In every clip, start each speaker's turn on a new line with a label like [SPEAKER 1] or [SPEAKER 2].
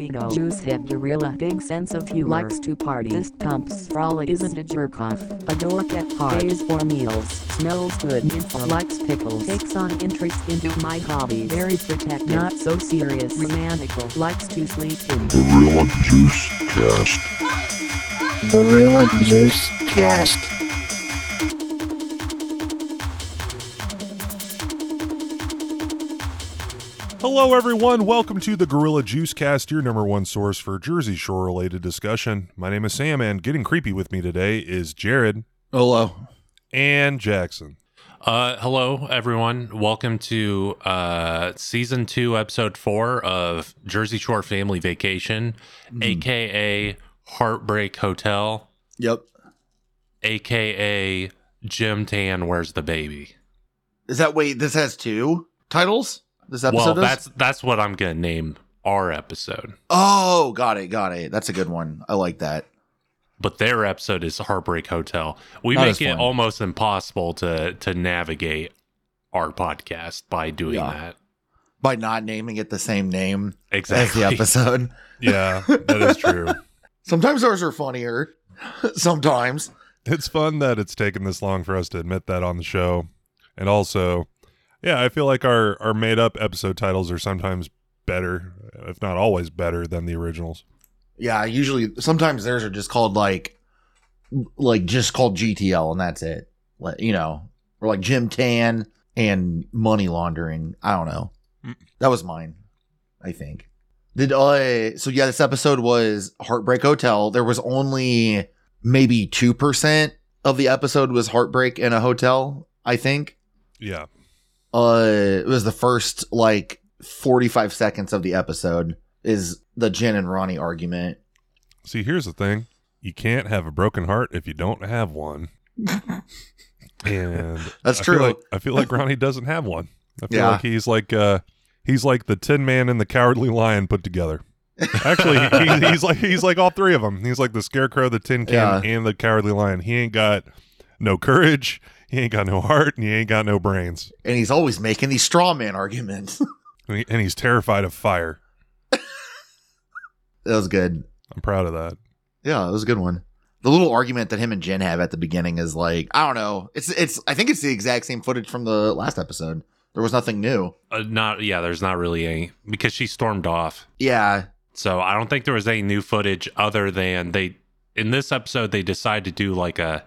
[SPEAKER 1] ego. Jews have a real a big sense of humor. Likes to party. This pumps frolic isn't a jerk off. A dork at parties or meals. Smells good. Info likes pickles. Takes on interest into my hobbies. Very protective. Not so serious. Romantical. Likes to sleep in.
[SPEAKER 2] Gorilla Juice Cast.
[SPEAKER 3] Gorilla Juice Cast.
[SPEAKER 4] Hello, everyone. Welcome to the Gorilla Juice Cast, your number one source for Jersey Shore related discussion. My name is Sam, and getting creepy with me today is Jared
[SPEAKER 5] Hello.
[SPEAKER 4] and Jackson.
[SPEAKER 6] Uh, hello, everyone. Welcome to uh, season two, episode four of Jersey Shore Family Vacation,
[SPEAKER 5] Hmm.
[SPEAKER 6] aka Heartbreak Hotel,
[SPEAKER 5] Yep.
[SPEAKER 6] aka Jim Tan. Where's the baby?
[SPEAKER 5] Is that wait? This has two titles. This episode.
[SPEAKER 6] well,
[SPEAKER 5] does?
[SPEAKER 6] that's that's what I'm gonna name our episode.
[SPEAKER 5] oh, got it, got it. That's a good one. I like that.
[SPEAKER 6] But their episode is Heartbreak Hotel. We
[SPEAKER 5] Not as
[SPEAKER 6] make it
[SPEAKER 5] fun.
[SPEAKER 6] almost impossible to to navigate our podcast by doing
[SPEAKER 5] Yeah.
[SPEAKER 6] that.
[SPEAKER 5] By not naming it the same name as
[SPEAKER 6] Exactly.
[SPEAKER 5] the episode.
[SPEAKER 4] Yeah, that is true.
[SPEAKER 5] Sometimes ours are funnier. Sometimes.
[SPEAKER 4] It's fun that it's taken this long for us to admit that on the show. And also, yeah, I feel like our, our made up episode titles are sometimes better, if not always better, than the originals.
[SPEAKER 5] Yeah. Usually, sometimes theirs are just called like, like just called GTL, and that's it. Like you know, or like Jim Tan and money laundering. I don't know. That was mine. I think. Did I? so yeah, this episode was Heartbreak Hotel. There was only maybe two percent of the episode was heartbreak in a hotel. I think.
[SPEAKER 4] Yeah.
[SPEAKER 5] Uh, it was the first like forty-five seconds of the episode is the Jen and Ronnie argument.
[SPEAKER 4] See, here's the thing you can't have a broken heart if you don't have one. and
[SPEAKER 5] That's
[SPEAKER 4] I
[SPEAKER 5] true.
[SPEAKER 4] Feel like, I feel like Ronnie doesn't have one. I feel
[SPEAKER 5] Yeah.
[SPEAKER 4] like he's like uh, he's like the Tin Man and the Cowardly Lion put together. Actually, he, he's like he's like all three of them. He's like the Scarecrow, the Tin Can,
[SPEAKER 5] Yeah.
[SPEAKER 4] and the Cowardly Lion. He ain't got no courage. He ain't got no heart, and he ain't got no brains.
[SPEAKER 5] and he's always making these straw man arguments.
[SPEAKER 4] And, he- and he's terrified of fire.
[SPEAKER 5] that was good.
[SPEAKER 4] I'm proud of that.
[SPEAKER 5] Yeah, that was a good one. The little argument that him and Jen have at the beginning is like, I don't know. It's it's I think it's the exact same footage from the last episode. There was nothing new.
[SPEAKER 6] Uh, not yeah. There's not really any because she stormed off.
[SPEAKER 5] Yeah.
[SPEAKER 6] So I don't think there was any new footage other than they in this episode they decide to do like a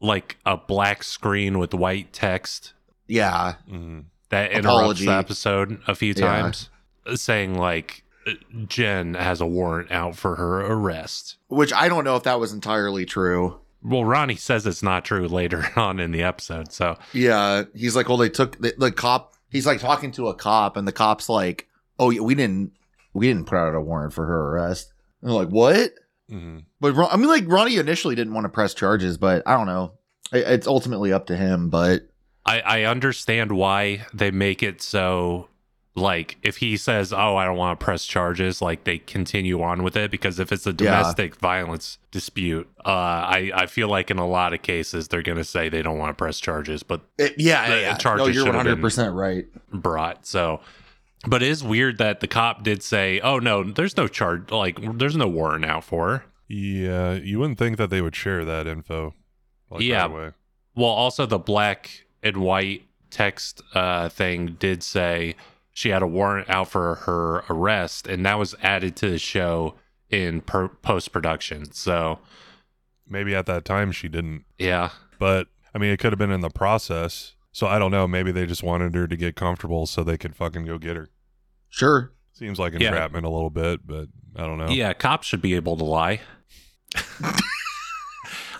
[SPEAKER 6] like a black screen with white text
[SPEAKER 5] Yeah.
[SPEAKER 4] Mhm.
[SPEAKER 6] that interrupts
[SPEAKER 5] Apology.
[SPEAKER 6] the episode a few
[SPEAKER 5] Yeah.
[SPEAKER 6] times saying like uh, Jen has a warrant out for her arrest.
[SPEAKER 5] Which I don't know if that was entirely true.
[SPEAKER 6] Well, Ronnie says it's not true later on in the episode. So
[SPEAKER 5] Yeah. He's like, well, they took the, the cop. He's like talking to a cop, and the cop's like, oh, yeah, we didn't we didn't put out a warrant for her arrest. And they're like, what?
[SPEAKER 4] Mhm.
[SPEAKER 5] But Ron- I mean, like Ronnie initially didn't want to press charges, but I don't know. It- It's ultimately up to him. But
[SPEAKER 6] I, I understand why they make it so like if he says oh i don't want to press charges like they continue on with it because if it's a
[SPEAKER 5] Yeah.
[SPEAKER 6] domestic violence dispute uh i i feel like in a lot of cases they're gonna say they don't want to press charges but
[SPEAKER 5] it, yeah,
[SPEAKER 6] The
[SPEAKER 5] yeah, yeah.
[SPEAKER 6] charges
[SPEAKER 5] no, you're
[SPEAKER 6] should have
[SPEAKER 5] 100
[SPEAKER 6] been-
[SPEAKER 5] percent right.
[SPEAKER 6] brought so but it is weird that the cop did say oh no there's no charge like there's no warrant out for her
[SPEAKER 4] Yeah, you wouldn't think that they would share that info. Like,
[SPEAKER 6] Yeah.
[SPEAKER 4] right away.
[SPEAKER 6] Well, also the black and white text uh, thing did say she had a warrant out for her arrest, and that was added to the show in per- post production. So
[SPEAKER 4] Maybe at that time she didn't.
[SPEAKER 6] yeah,
[SPEAKER 4] but I mean, it could have been in the process. So I don't know. Maybe they just wanted her to get comfortable so they could fucking go get her.
[SPEAKER 5] Sure.
[SPEAKER 4] Seems like
[SPEAKER 6] Yeah.
[SPEAKER 4] entrapment a little bit, but I don't know.
[SPEAKER 6] yeah, cops should be able to lie.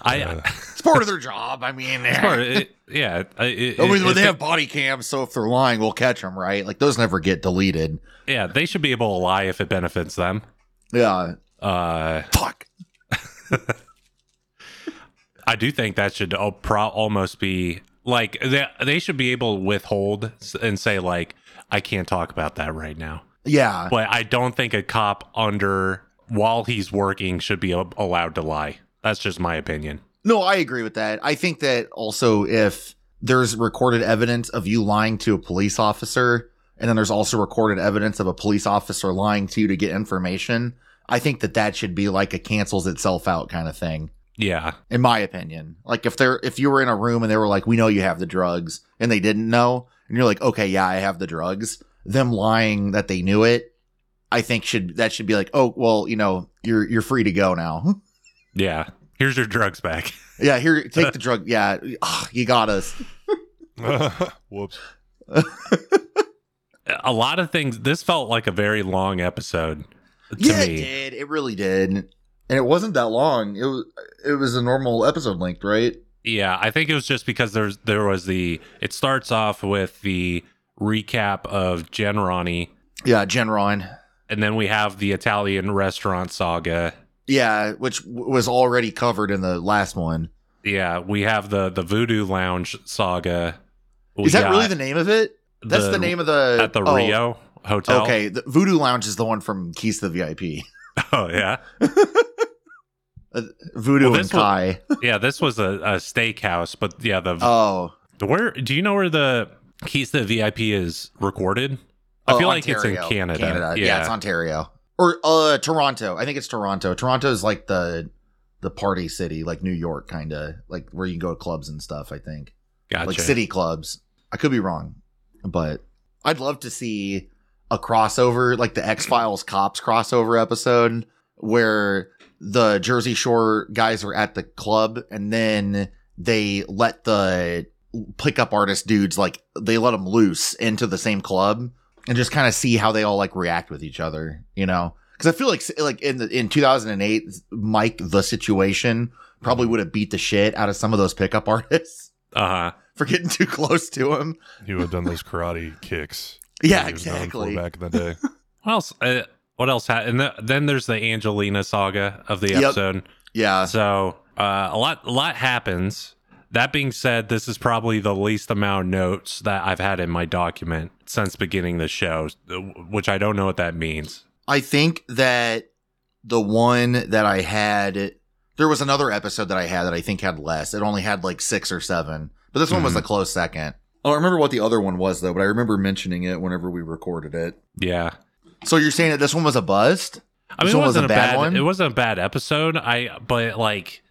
[SPEAKER 6] I.
[SPEAKER 4] Uh,
[SPEAKER 5] It's part of their job. I mean,
[SPEAKER 6] it's part of it- yeah, I- it-
[SPEAKER 5] I mean,
[SPEAKER 6] if
[SPEAKER 5] they have body cams, so if they're lying, we'll catch them, right? Like those never get deleted.
[SPEAKER 6] yeah, they should be able to lie if it benefits them.
[SPEAKER 5] Yeah.
[SPEAKER 6] Uh,
[SPEAKER 5] Fuck.
[SPEAKER 6] I do think that should al- pro- almost be like they they should be able to withhold s- and say like I can't talk about that right now.
[SPEAKER 5] Yeah.
[SPEAKER 6] But I don't think a cop under while he's working should be a- allowed to lie. That's just my opinion.
[SPEAKER 5] No, I agree with that. I think that also if there's recorded evidence of you lying to a police officer and then there's also recorded evidence of a police officer lying to you to get information. I think that that should be like a cancels itself out kind of thing,
[SPEAKER 6] Yeah.
[SPEAKER 5] in my opinion. Like if they're if you were in a room and they were like, "We know you have the drugs," and they didn't know, and you're like, "Okay, yeah, I have the drugs." Them lying that they knew it, I think should that should be like, "Oh, well, you know, you're you're free to go now."
[SPEAKER 6] Yeah. Here's your drugs back.
[SPEAKER 5] yeah, here, take the drug. Yeah, ah, you got us.
[SPEAKER 4] Whoops.
[SPEAKER 6] A lot of things. This felt like a very long episode to
[SPEAKER 5] yeah,
[SPEAKER 6] me.
[SPEAKER 5] it did. It really did. And it wasn't that long. It was it was a normal episode length, right?
[SPEAKER 6] Yeah, I think it was just because there's there was the it starts off with the recap of Genrani,
[SPEAKER 5] Yeah, Genron.
[SPEAKER 6] and then we have the Italian restaurant saga.
[SPEAKER 5] Yeah, which w- was already covered in the last one.
[SPEAKER 6] Yeah, we have the the Voodoo Lounge saga. We
[SPEAKER 5] Is that
[SPEAKER 6] got
[SPEAKER 5] really the name of it? That's the, name of the
[SPEAKER 6] at the
[SPEAKER 5] oh,
[SPEAKER 6] Rio hotel.
[SPEAKER 5] Okay, the Voodoo Lounge is the one from Keys to the VIP.
[SPEAKER 6] Oh yeah,
[SPEAKER 5] Voodoo
[SPEAKER 6] Well,
[SPEAKER 5] and
[SPEAKER 6] this one-
[SPEAKER 5] Kai.
[SPEAKER 6] yeah. This was a, a steakhouse, but yeah, the
[SPEAKER 5] Oh,
[SPEAKER 6] where do you know where the keys to the VIP is recorded? I
[SPEAKER 5] Oh,
[SPEAKER 6] feel like it's in
[SPEAKER 5] Ontario.
[SPEAKER 6] Canada.
[SPEAKER 5] Yeah. it's Ontario or uh Toronto. I think it's Toronto. Toronto's like the the party city, like New York, kind of like where you go to clubs and stuff. I think.
[SPEAKER 6] gotcha.
[SPEAKER 5] like city clubs. I could be wrong, but I'd love to see a crossover, like the X Files cops crossover episode, where the Jersey Shore guys are at the club and then they let the pickup artist dudes, like, they let them loose into the same club and just kind of see how they all like react with each other, you know? Cause I feel like, like in the, in 2008, Mike, the situation probably would have beat the shit out of some of those pickup artists
[SPEAKER 6] Uh huh.
[SPEAKER 5] for getting too close to him.
[SPEAKER 4] You have done those karate kicks.
[SPEAKER 5] Yeah,
[SPEAKER 4] that he was known for
[SPEAKER 5] exactly.
[SPEAKER 4] Back in the day.
[SPEAKER 6] What else? Uh, what else? Ha- and th- then there's the Angelina saga of the
[SPEAKER 5] Yep.
[SPEAKER 6] episode.
[SPEAKER 5] Yeah.
[SPEAKER 6] So uh, a lot, a lot happens. That being said, this is probably the least amount of notes that I've had in my document since beginning the show, uh, which I don't know what that means.
[SPEAKER 5] I think that the one that I had, there was another episode that I had that I think had less. It only had like six or seven, but this one was
[SPEAKER 6] Mhm.
[SPEAKER 5] a close second. I don't remember what the other one was though, but I remember mentioning it whenever we recorded it.
[SPEAKER 6] Yeah,
[SPEAKER 5] So you're saying that this one was a bust?
[SPEAKER 6] I mean,
[SPEAKER 5] This
[SPEAKER 6] it
[SPEAKER 5] one was
[SPEAKER 6] wasn't
[SPEAKER 5] a
[SPEAKER 6] a
[SPEAKER 5] bad
[SPEAKER 6] bad.
[SPEAKER 5] one?
[SPEAKER 6] It wasn't a bad episode. I but like,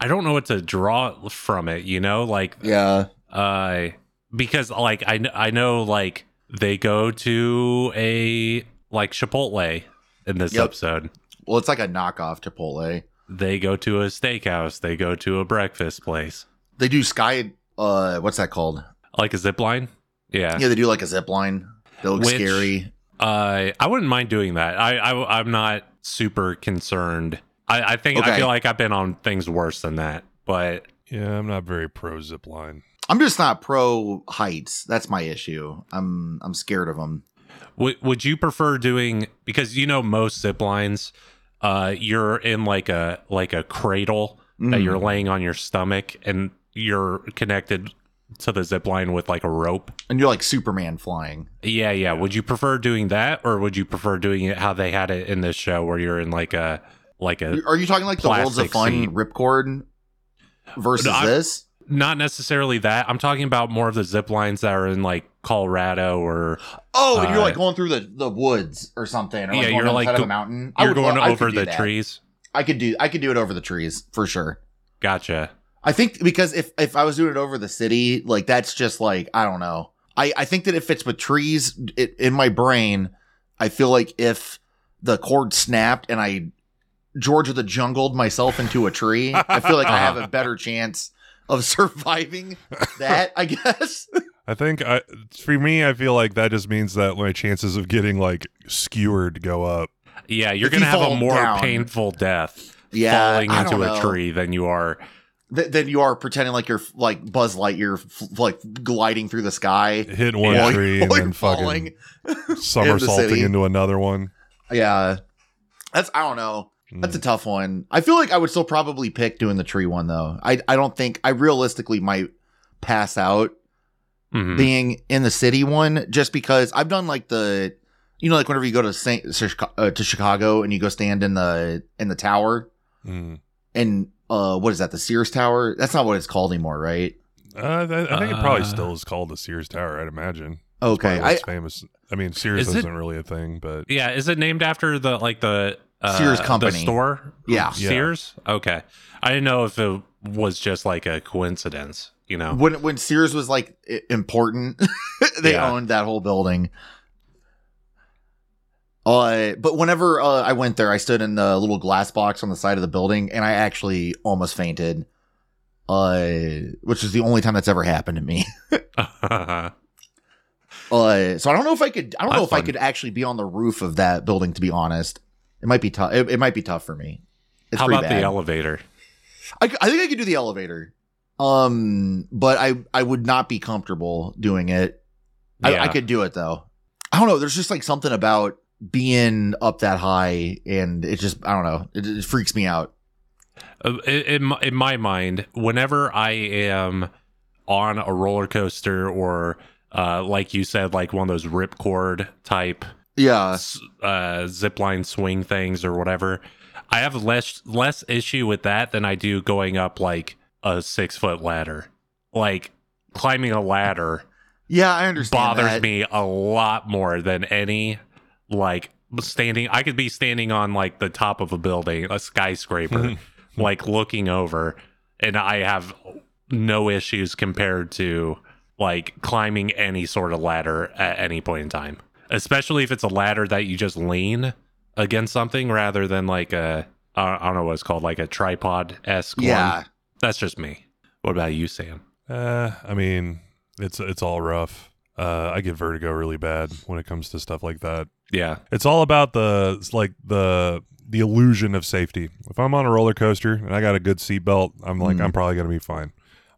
[SPEAKER 6] I don't know what to draw from it. You know, like
[SPEAKER 5] Yeah.
[SPEAKER 6] uh because like I kn- I know like they go to a like Chipotle in this
[SPEAKER 5] Yep.
[SPEAKER 6] episode.
[SPEAKER 5] Well, it's like a knockoff Chipotle.
[SPEAKER 6] They go to a steakhouse. They go to a breakfast place,
[SPEAKER 5] They do sky. Uh, what's that called?
[SPEAKER 6] like a zip line. Yeah.
[SPEAKER 5] Yeah, they do like a zip line. They look
[SPEAKER 6] Which-
[SPEAKER 5] scary.
[SPEAKER 6] Uh, I wouldn't mind doing that. I, I I'm not super concerned. I, I think I
[SPEAKER 5] Okay.
[SPEAKER 6] feel like I've been on things worse than that. But
[SPEAKER 4] Yeah, I'm not very pro zip line.
[SPEAKER 5] I'm just not pro heights. That's my issue. I'm I'm scared of them.
[SPEAKER 6] w- would you prefer doing because you know most zip lines, uh, you're in like a like a cradle
[SPEAKER 5] Mm.
[SPEAKER 6] that you're laying on your stomach and you're connected to the zip line with like a rope.
[SPEAKER 5] and you're like Superman flying.
[SPEAKER 6] Yeah, yeah. Would you prefer doing that or would you prefer doing it how they had it in this show where you're in like a like a
[SPEAKER 5] Are you talking like the Worlds of
[SPEAKER 6] Plastic
[SPEAKER 5] Fun
[SPEAKER 6] seat.
[SPEAKER 5] ripcord versus
[SPEAKER 6] No, I'm-
[SPEAKER 5] this?
[SPEAKER 6] not necessarily that. I'm talking about more of the zip lines that are in like Colorado or
[SPEAKER 5] Oh, and you're like
[SPEAKER 6] Uh,
[SPEAKER 5] going through the, the woods or something. Or
[SPEAKER 6] Yeah,
[SPEAKER 5] like
[SPEAKER 6] you're,
[SPEAKER 5] going on the
[SPEAKER 6] like,
[SPEAKER 5] side of
[SPEAKER 6] go-
[SPEAKER 5] a mountain. I
[SPEAKER 6] you're
[SPEAKER 5] would
[SPEAKER 6] going
[SPEAKER 5] love- I could
[SPEAKER 6] over
[SPEAKER 5] do
[SPEAKER 6] the
[SPEAKER 5] that.
[SPEAKER 6] trees.
[SPEAKER 5] I could do I could do it over the trees for sure.
[SPEAKER 6] Gotcha.
[SPEAKER 5] I think because if if I was doing it over the city, like that's just like I don't know. I I think that if it's with trees it, in my brain, I feel like if the cord snapped and I George of the jungled myself into a tree, I feel like I have a better chance of surviving that. I guess.
[SPEAKER 4] I think I, for me, I feel like that just means that my chances of getting like skewered go up.
[SPEAKER 6] Yeah, you're
[SPEAKER 5] If you
[SPEAKER 6] gonna have
[SPEAKER 5] fall
[SPEAKER 6] a more
[SPEAKER 5] down.
[SPEAKER 6] painful death
[SPEAKER 5] Yeah,
[SPEAKER 6] falling
[SPEAKER 5] I
[SPEAKER 6] into a
[SPEAKER 5] don't know.
[SPEAKER 6] tree than you are.
[SPEAKER 5] Th- then you are pretending like you're like Buzz Lightyear, f- like gliding through the sky.
[SPEAKER 4] Hit one
[SPEAKER 5] while you're-
[SPEAKER 4] tree and
[SPEAKER 5] while
[SPEAKER 4] then
[SPEAKER 5] you're
[SPEAKER 4] fucking somersaulting
[SPEAKER 5] city.
[SPEAKER 4] into another one.
[SPEAKER 5] Yeah, Hmm. that's I don't know. That's a tough one. I feel like I would still probably pick doing the tree one though. I I don't think I realistically might pass out Hmm.
[SPEAKER 6] Mhm.
[SPEAKER 5] being in the city one just because I've done like the you know like whenever you go to Saint, to Chica- uh, to Chicago and you go stand in the in the tower
[SPEAKER 4] Mm.
[SPEAKER 5] and uh what is that the Sears Tower? That's not what it's called anymore, right?
[SPEAKER 4] Uh, th- I think it probably
[SPEAKER 6] Uh,
[SPEAKER 4] still is called the Sears Tower. I'd imagine.
[SPEAKER 5] Okay,
[SPEAKER 4] Probably
[SPEAKER 5] I
[SPEAKER 4] it's famous. I mean, Sears
[SPEAKER 6] Is it-
[SPEAKER 4] isn't really a thing, but
[SPEAKER 6] Yeah, is it named after the like the uh,
[SPEAKER 5] Sears
[SPEAKER 6] the
[SPEAKER 5] company.
[SPEAKER 6] store?
[SPEAKER 5] Yeah.
[SPEAKER 4] Yeah.
[SPEAKER 6] Sears. Okay, I didn't know if it was just like a coincidence. You know,
[SPEAKER 5] when when Sears was like i- important, they
[SPEAKER 6] Yeah.
[SPEAKER 5] owned that whole building. Uh, but whenever uh, I went there, I stood in the little glass box on the side of the building, and I actually almost fainted. Uh, which is the only time that's ever happened to me. Uh, so I don't know if I could. I don't know
[SPEAKER 6] That's
[SPEAKER 5] if I
[SPEAKER 6] fun.
[SPEAKER 5] could actually be on the roof of that building. To be honest, it might be tough. It, it might be tough for me. It's
[SPEAKER 6] how
[SPEAKER 5] pretty
[SPEAKER 6] about
[SPEAKER 5] bad.
[SPEAKER 6] the elevator?
[SPEAKER 5] I, c- I think I could do the elevator. Um, but I I would not be comfortable doing it. I, I could do it though. I don't know. There's just like something about being up that high, and it just I don't know. It, it freaks me out.
[SPEAKER 6] Uh, in, in my- in my mind, whenever I am on a roller coaster or uh, like you said, like one of those ripcord type
[SPEAKER 5] Yeah,
[SPEAKER 6] s- uh, zip line swing things or whatever, I have less less issue with that than I do going up like a six foot ladder. Like climbing a ladder
[SPEAKER 5] yeah. I understand.
[SPEAKER 6] bothers
[SPEAKER 5] that.
[SPEAKER 6] me a lot more than any like standing. I could be standing on like the top of a building, a skyscraper, like looking over, and I have no issues compared to like climbing any sort of ladder at any point in time, especially if it's a ladder that you just lean against something rather than like a I I don't know what it's called, like a tripod esque
[SPEAKER 5] Yeah,
[SPEAKER 6] one. That's just me. What about you, Sam?
[SPEAKER 4] uh, I mean, it's it's all rough. Uh, I get vertigo really bad when it comes to stuff like that.
[SPEAKER 6] Yeah.
[SPEAKER 4] It's all about the it's like the the illusion of safety. If I'm on a roller coaster and I got a good seatbelt, I'm like
[SPEAKER 5] Mm.
[SPEAKER 4] I'm probably gonna be fine.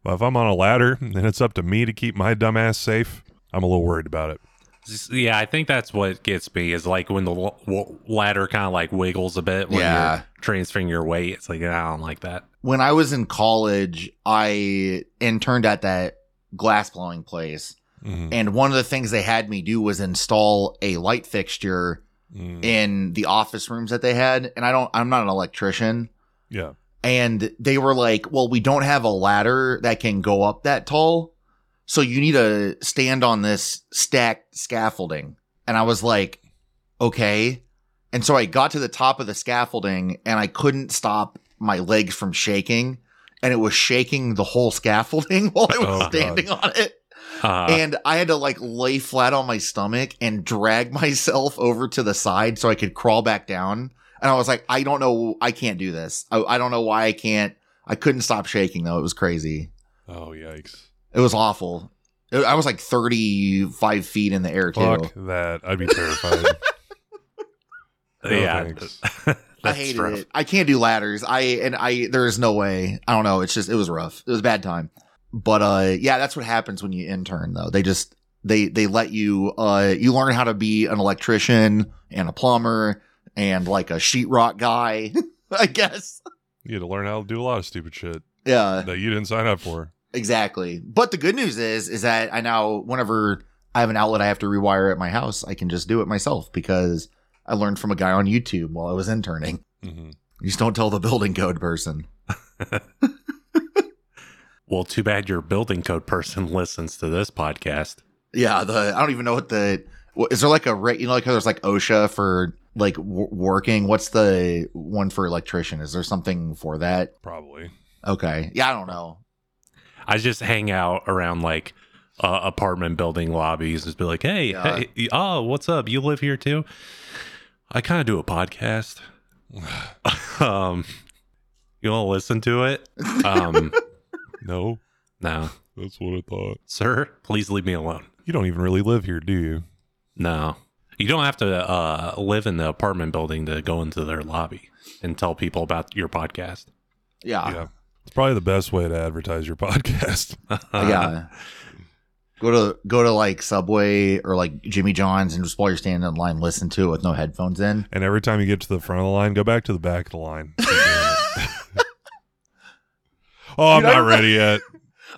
[SPEAKER 4] But if I'm on a ladder and it's up to me to keep my dumbass safe, I'm a little worried about it.
[SPEAKER 6] S- Yeah, I think that's what gets me is like when the l- w- ladder kind of like wiggles a bit when
[SPEAKER 5] Yeah.
[SPEAKER 6] you're transferring your weight. It's like, I don't like that.
[SPEAKER 5] when I was in college, I interned at that glass blowing place,
[SPEAKER 4] Mhm.
[SPEAKER 5] and one of the things they had me do was install a light fixture
[SPEAKER 4] Mm.
[SPEAKER 5] in the office rooms that they had and i don't i'm not an electrician
[SPEAKER 4] Yeah.
[SPEAKER 5] and they were like well we don't have a ladder that can go up that tall so you need to stand on this stacked scaffolding and i was like okay and so i got to the top of the scaffolding and i couldn't stop my legs from shaking and it was shaking the whole scaffolding while i
[SPEAKER 4] Oh,
[SPEAKER 5] was
[SPEAKER 4] God.
[SPEAKER 5] standing on it
[SPEAKER 6] Uh,
[SPEAKER 5] and I had to like lay flat on my stomach and drag myself over to the side so I could crawl back down. And I was like, I don't know, I can't do this. I, I don't know why I can't. I couldn't stop shaking though. It was crazy.
[SPEAKER 4] Oh yikes!
[SPEAKER 5] It was awful. It- I was like 35 feet in the air too.
[SPEAKER 4] Fuck that! I'd be terrified. No
[SPEAKER 6] yeah.
[SPEAKER 4] thanks.
[SPEAKER 5] I
[SPEAKER 6] That's
[SPEAKER 5] hated
[SPEAKER 6] rough.
[SPEAKER 5] it. I can't do ladders. I and I there is no way. I don't know. It's just it was rough. It was a bad time. But uh yeah, that's what happens when you intern though. They just they they let you uh you learn how to be an electrician and a plumber and like a sheetrock guy, I guess.
[SPEAKER 4] You had to learn how to do a lot of stupid shit
[SPEAKER 5] Yeah,
[SPEAKER 4] that you didn't sign up for.
[SPEAKER 5] exactly. But the good news is is that I now whenever I have an outlet I have to rewire at my house, I can just do it myself because I learned from a guy on YouTube while I was interning.
[SPEAKER 4] hmm
[SPEAKER 5] You just don't tell the building code person.
[SPEAKER 6] Well, too bad your building code person listens to this podcast.
[SPEAKER 5] Yeah, the I don't even know what the wha- is there like a rate you know like how there's like OSHA for like w- working. What's the one for electrician? Is there something for that?
[SPEAKER 4] Probably.
[SPEAKER 5] Okay, yeah, I don't know.
[SPEAKER 6] I just hang out around like uh, apartment building lobbies and be like, hey,
[SPEAKER 5] Yeah.
[SPEAKER 6] hey, y- oh, what's up? You live here too? I kind of do a podcast. um, you want to listen to it? Um,
[SPEAKER 4] No,
[SPEAKER 6] no.
[SPEAKER 4] that's what I thought.
[SPEAKER 6] Sir, please leave me alone.
[SPEAKER 4] You don't even really live here, do you?
[SPEAKER 6] No. You don't have to uh, live in the apartment building to go into their lobby and tell people about your podcast.
[SPEAKER 5] Yeah, yeah.
[SPEAKER 4] yeah, it's probably the best way to advertise your podcast.
[SPEAKER 6] Uh,
[SPEAKER 5] Go to go to like Subway or like Jimmy John's and just while you're standing in line, listen to it with no headphones in.
[SPEAKER 4] And every time you get to the front of the line, go back to the back of the line. Keep doing it. oh, I'm
[SPEAKER 5] Dude, I
[SPEAKER 4] not ready yet.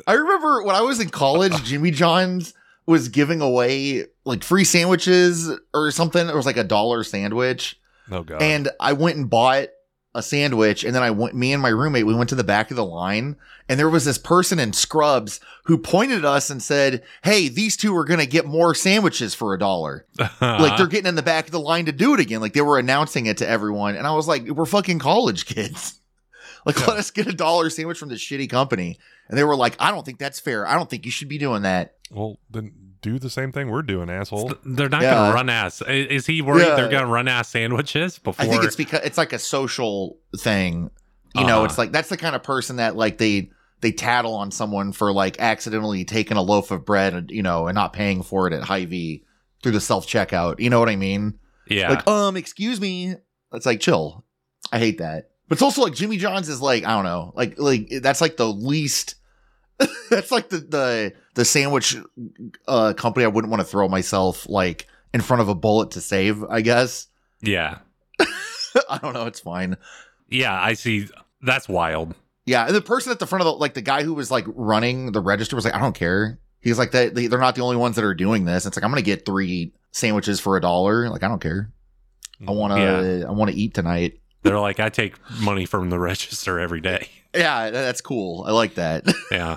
[SPEAKER 5] I remember when I was in college, Jimmy John's was giving away like free sandwiches or something. It was like a dollar sandwich.
[SPEAKER 4] Oh god.
[SPEAKER 5] and I went and bought a sandwich, and then I went. Me and my roommate, we went to the back of the line, and there was this person in scrubs who pointed at us and said, "Hey, these two are gonna get more sandwiches for a dollar."
[SPEAKER 6] Uh-huh.
[SPEAKER 5] Like they're getting in the back of the line to do it again. Like they were announcing it to everyone, and I was like, "We're fucking college kids." Like, let us get a dollar sandwich from this shitty company. And they were like, I don't think that's fair. I don't think you should be doing that.
[SPEAKER 4] well, then do the same thing we're doing, asshole.
[SPEAKER 6] they're not
[SPEAKER 5] Yeah.
[SPEAKER 6] gonna run ass. I- Is he worried
[SPEAKER 5] Yeah.
[SPEAKER 6] they're gonna run ass sandwiches before?
[SPEAKER 5] I think it's because it's like a social thing. You know,
[SPEAKER 6] Uh-huh.
[SPEAKER 5] it's like that's the kind of person that like they they tattle on someone for like accidentally taking a loaf of bread, and, you know, and not paying for it at Hy-Vee through the self checkout. You know what I mean?
[SPEAKER 6] yeah.
[SPEAKER 5] Like, um, excuse me. It's like chill. I hate that. But it's also like Jimmy John's is like I don't know, like like that's like the least. that's like the the the sandwich uh company I wouldn't want to throw myself like in front of a bullet to save. I guess
[SPEAKER 6] yeah.
[SPEAKER 5] I don't know. It's fine.
[SPEAKER 6] Yeah. I see. That's wild.
[SPEAKER 5] Yeah, and the person at the front of the like the guy who was like running the register was like, I don't care. He's like that. They, they're not the only ones that are doing this. It's like I'm gonna get three sandwiches for a dollar. Like I don't care. I
[SPEAKER 4] Mm,
[SPEAKER 5] wanna I wanna eat tonight.
[SPEAKER 6] They're like, I take money from the register every day.
[SPEAKER 5] Yeah, tha- that's cool. I like that.
[SPEAKER 6] Yeah.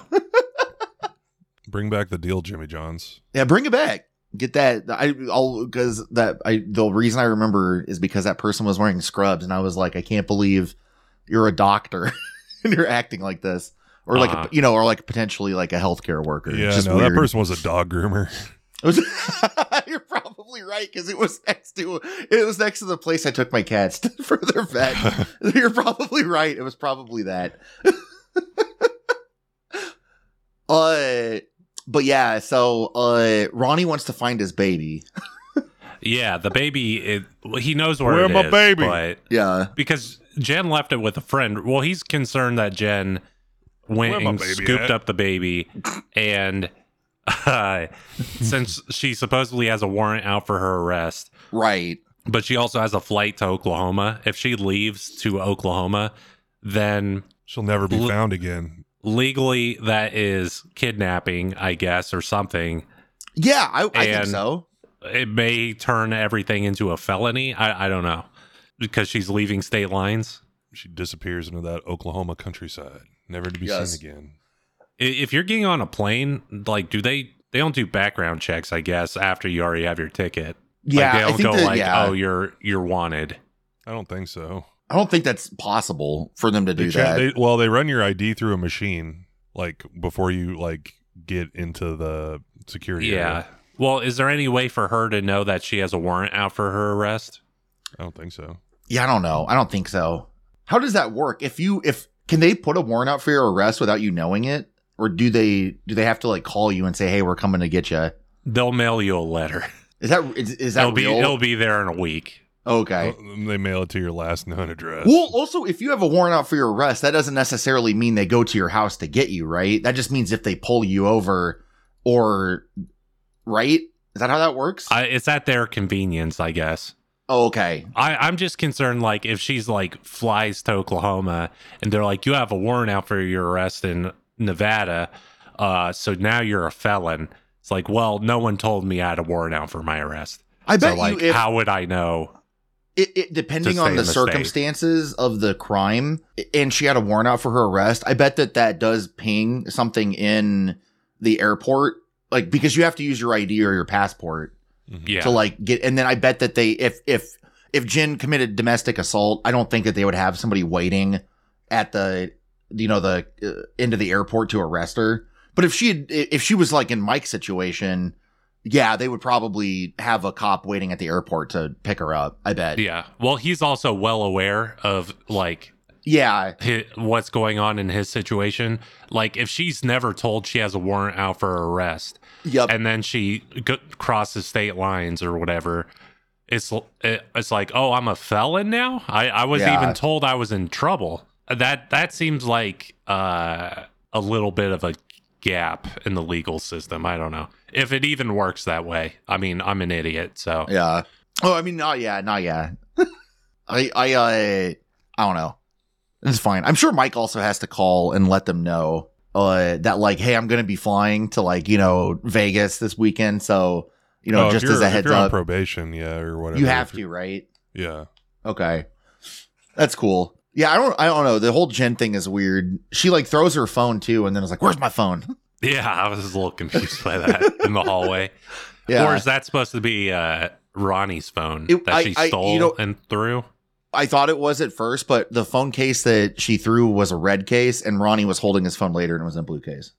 [SPEAKER 4] Bring back the deal, Jimmy Johns.
[SPEAKER 5] yeah, bring it back. Get that. I I'll because that I the reason I remember is because that person was wearing scrubs and I was like, I can't believe you're a doctor and you're acting like this. Or like a-
[SPEAKER 6] Uh-huh.
[SPEAKER 5] you know, or like potentially like a healthcare worker. It's
[SPEAKER 4] Yeah,
[SPEAKER 5] just
[SPEAKER 4] no,
[SPEAKER 5] weird.
[SPEAKER 4] that person was a dog groomer.
[SPEAKER 5] It was, you're probably right because it was next to it was next to the place I took my cats to for their vet. you're probably right. It was probably that. uh, but yeah. So uh, Ronnie wants to find his baby.
[SPEAKER 6] Yeah. The baby. It, he knows where,
[SPEAKER 4] Where
[SPEAKER 6] it
[SPEAKER 4] my
[SPEAKER 6] is,
[SPEAKER 4] baby?
[SPEAKER 6] But
[SPEAKER 5] Yeah.
[SPEAKER 6] because Jen left it with a friend. Well, he's concerned that Jen
[SPEAKER 4] Where
[SPEAKER 6] went
[SPEAKER 4] my
[SPEAKER 6] and
[SPEAKER 4] baby
[SPEAKER 6] scooped
[SPEAKER 4] at?
[SPEAKER 6] up the baby, and uh, since she supposedly has a warrant out for her arrest,
[SPEAKER 5] Right.
[SPEAKER 6] but she also has a flight to Oklahoma. If she leaves to Oklahoma, then
[SPEAKER 4] She'll never be
[SPEAKER 6] Look-
[SPEAKER 4] found again.
[SPEAKER 6] legally that is kidnapping, I guess, or something.
[SPEAKER 5] Yeah. I, I think
[SPEAKER 6] And-
[SPEAKER 5] so.
[SPEAKER 6] It may turn everything into a felony. I, I don't know because she's leaving state lines.
[SPEAKER 4] She disappears into that Oklahoma countryside, never to be
[SPEAKER 5] Yes.
[SPEAKER 4] seen again.
[SPEAKER 6] I- If you're getting on a plane, like, do they? They don't do background checks, I guess, after you already have your ticket.
[SPEAKER 5] Yeah.
[SPEAKER 6] like, they
[SPEAKER 5] I
[SPEAKER 6] don't
[SPEAKER 5] think
[SPEAKER 6] go
[SPEAKER 5] that-
[SPEAKER 6] like,
[SPEAKER 5] yeah.
[SPEAKER 6] "Oh, you're you're wanted."
[SPEAKER 4] I don't think so.
[SPEAKER 5] I don't think that's possible for them to
[SPEAKER 4] They
[SPEAKER 5] do
[SPEAKER 4] check-
[SPEAKER 5] that.
[SPEAKER 4] they- well, they run your ID through a machine, like before you like get into the security.
[SPEAKER 6] Yeah.
[SPEAKER 4] area.
[SPEAKER 6] Well, is there any way for her to know that she has a warrant out for her arrest?
[SPEAKER 4] I don't think so.
[SPEAKER 5] Yeah, I don't know. I don't think so. How does that work? If you if can they put a warrant out for your arrest without you knowing it, or do they do they have to like call you and say, "Hey, we're coming to get you"?
[SPEAKER 6] They'll mail you a letter.
[SPEAKER 5] Is that is, is that
[SPEAKER 6] it'll
[SPEAKER 5] real?
[SPEAKER 6] be Oh, it'll be there in a week.
[SPEAKER 5] okay.
[SPEAKER 4] Well, Oh, they mail it to your last known address.
[SPEAKER 5] Well, also, if you have a warrant out for your arrest, that doesn't necessarily mean they go to your house to get you, right? That just means if they pull you over, or right? Is that how that works?
[SPEAKER 6] I, it's at their convenience, I guess.
[SPEAKER 5] oh, okay.
[SPEAKER 6] I, I'm just concerned, like, if she's like flies to Oklahoma and they're like, you have a warrant out for your arrest in Nevada, uh, so now you're a felon. It's like, well, no one told me I had a warrant out for my arrest.
[SPEAKER 5] I
[SPEAKER 6] So,
[SPEAKER 5] bet
[SPEAKER 6] like,
[SPEAKER 5] you if
[SPEAKER 6] how would I know?
[SPEAKER 5] it, it depending
[SPEAKER 6] To
[SPEAKER 5] on
[SPEAKER 6] stay
[SPEAKER 5] the
[SPEAKER 6] in the state.
[SPEAKER 5] circumstances of the crime and she had a warrant out for her arrest i bet that that does ping something in the airport like because you have to use your id or your passport
[SPEAKER 4] Mhm.
[SPEAKER 6] Yeah,
[SPEAKER 5] to like get and then i bet that they if if if jen committed domestic assault i don't think that they would have somebody waiting at the you know the uh, end of the airport to arrest her but if she had if she was like in mike's situation yeah they would probably have a cop waiting at the airport to pick her up i bet
[SPEAKER 6] yeah. Well, he's also well aware of like
[SPEAKER 5] Yeah,
[SPEAKER 6] hi what's going on in his situation. Like, if she's never told she has a warrant out for her arrest,
[SPEAKER 5] yep.
[SPEAKER 6] and then she go- crosses state lines or whatever. It's l- it- it's like, oh, I'm a felon now. I I was
[SPEAKER 5] Yeah.
[SPEAKER 6] even told I was in trouble. That that seems like uh, a little bit of a gap in the legal system. I don't know if it even works that way. I mean, I'm an idiot, so
[SPEAKER 5] yeah. Oh, I mean, not yeah, not yeah. I I uh, I don't know. It's fine. I'm sure Mike also has to call and let them know uh that like, hey, I'm gonna be flying to like you know Vegas this weekend, so you know
[SPEAKER 4] Oh, if
[SPEAKER 5] just as
[SPEAKER 4] you're-
[SPEAKER 5] a
[SPEAKER 4] if
[SPEAKER 5] heads
[SPEAKER 4] you're on
[SPEAKER 5] up,
[SPEAKER 4] probation, yeah, or whatever.
[SPEAKER 5] you have
[SPEAKER 4] if you're-
[SPEAKER 5] to, right?
[SPEAKER 4] Yeah.
[SPEAKER 5] Okay, that's cool. Yeah, I don't I don't know. The whole Jen thing is weird. She like throws her phone too and then is like, "Where's my phone?"
[SPEAKER 6] Yeah, I was a little confused by that in the hallway. Or
[SPEAKER 5] Yeah.
[SPEAKER 6] is that supposed to be uh, Ronnie's phone
[SPEAKER 5] It-
[SPEAKER 6] that
[SPEAKER 5] I-
[SPEAKER 6] she
[SPEAKER 5] I- you
[SPEAKER 6] stole
[SPEAKER 5] know-
[SPEAKER 6] and threw?
[SPEAKER 5] I thought it was at first, but the phone case that she threw was a red case and Ronnie was holding his phone later and it was in a blue case.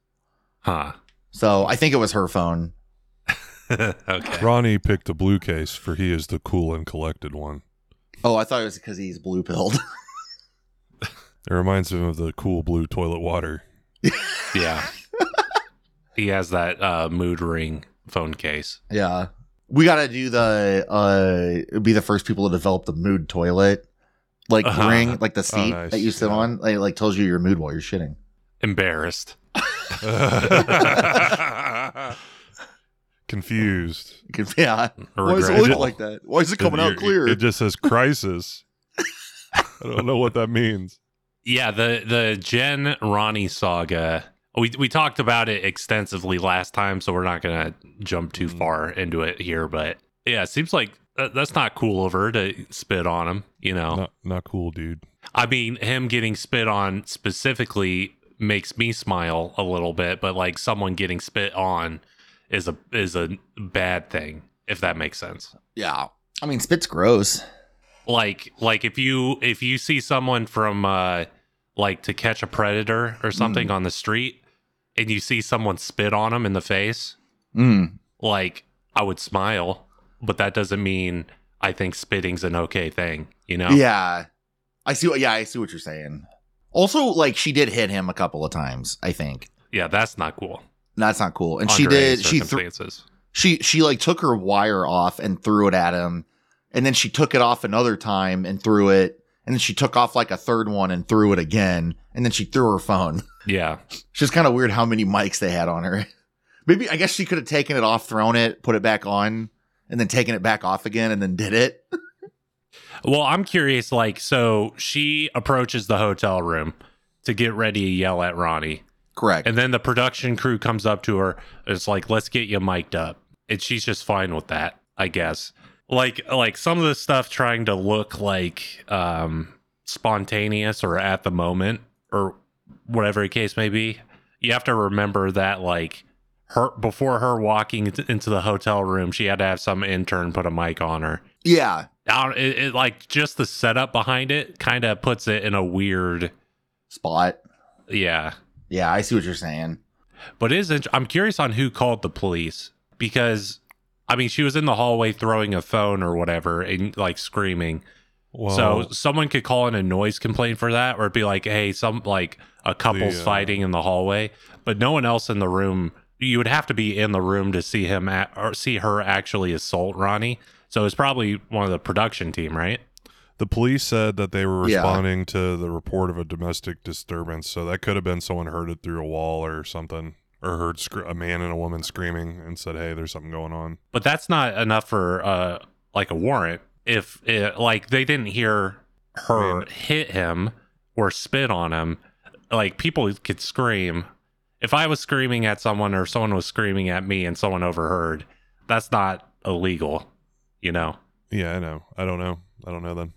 [SPEAKER 6] Huh.
[SPEAKER 5] So, I think it was her phone.
[SPEAKER 6] okay.
[SPEAKER 4] Ronnie picked a blue case for he is the cool and collected one.
[SPEAKER 5] Oh, I thought it was cuz he's blue pilled.
[SPEAKER 4] It reminds him of the cool blue toilet water.
[SPEAKER 6] Yeah. he has that uh, mood ring phone case.
[SPEAKER 5] Yeah. We got to do the uh be the first people to develop the mood toilet like
[SPEAKER 6] Uh-huh.
[SPEAKER 5] ring like the seat
[SPEAKER 4] Oh, nice.
[SPEAKER 5] that you sit
[SPEAKER 4] Yeah.
[SPEAKER 5] on like, like tells you your mood while you're shitting.
[SPEAKER 6] Embarrassed.
[SPEAKER 4] Confused.
[SPEAKER 5] Yeah. Why does it
[SPEAKER 6] Regretful.
[SPEAKER 5] look like that? Why is it coming out
[SPEAKER 4] You're-
[SPEAKER 5] clear?
[SPEAKER 4] It just says crisis. I don't know what that means.
[SPEAKER 6] Yeah, the the Jen Ronnie saga. We we talked about it extensively last time, so we're not gonna jump too far into it here. But yeah, it seems like that, that's not cool of her to spit on him. You know,
[SPEAKER 4] Not not cool, dude.
[SPEAKER 6] I mean, him getting spit on specifically makes me smile a little bit, but like someone getting spit on is a is a bad thing if that makes sense.
[SPEAKER 5] yeah. I mean, spit's gross.
[SPEAKER 6] like like if you if you see someone from uh like to catch a predator or something
[SPEAKER 5] Hmm.
[SPEAKER 6] on the street and you see someone spit on them in the face
[SPEAKER 5] Mm.
[SPEAKER 6] like i would smile but that doesn't mean i think spitting's an okay thing you know
[SPEAKER 5] Yeah. I see what yeah, I see what you're saying. Also, like she did hit him a couple of times, I think.
[SPEAKER 6] yeah that's not cool
[SPEAKER 5] That's not cool. And she
[SPEAKER 6] under any
[SPEAKER 5] did she threw
[SPEAKER 6] circumstances.
[SPEAKER 5] she she like took her wire off and threw it at him and then she took it off another time and threw it and then she took off like a third one and threw it again and then she threw her phone
[SPEAKER 6] yeah
[SPEAKER 5] it's just kind of weird how many mics they had on her maybe i guess she could have taken it off thrown it put it back on and then taken it back off again and then did it
[SPEAKER 6] well i'm curious like so she approaches the hotel room to get ready to yell at ronnie
[SPEAKER 5] correct
[SPEAKER 6] And then the production crew comes up to her. It's like, let's get you mic'd up. And she's just fine with that, I guess. Like like some of the stuff trying to look like um spontaneous or at the moment or whatever the case may be. You have to remember that like her before her walking into- into the hotel room, she had to have some intern put a mic on her.
[SPEAKER 5] yeah
[SPEAKER 6] I don't- It, it like just the setup behind it kind of puts it in a weird,
[SPEAKER 5] spot
[SPEAKER 6] yeah.
[SPEAKER 5] yeah i see what you're saying
[SPEAKER 6] But it is int- I'm curious on who called the police because I mean she was in the hallway throwing a phone or whatever and like screaming.
[SPEAKER 4] Well,
[SPEAKER 6] so someone could call in a noise complaint for that or it'd be like hey some like a couple's
[SPEAKER 4] uh,
[SPEAKER 6] fighting in the hallway but no one else in the room you would have to be in the room to see him at, or see her actually assault Ronnie. So it's probably one of the production team, right?
[SPEAKER 4] the police said that they were
[SPEAKER 5] Yeah.
[SPEAKER 4] responding to the report of a domestic disturbance, so that could have been someone heard it through a wall or something, or heard scr- a man and a woman screaming and said, "Hey, there's something going on."
[SPEAKER 6] But that's not enough for uh like a warrant if it, like they didn't hear her
[SPEAKER 4] Right.
[SPEAKER 6] hit him or spit on him. Like people could scream. If I was screaming at someone or someone was screaming at me and someone overheard, that's not illegal, you know.
[SPEAKER 4] Yeah, I know. I don't know. I don't know then.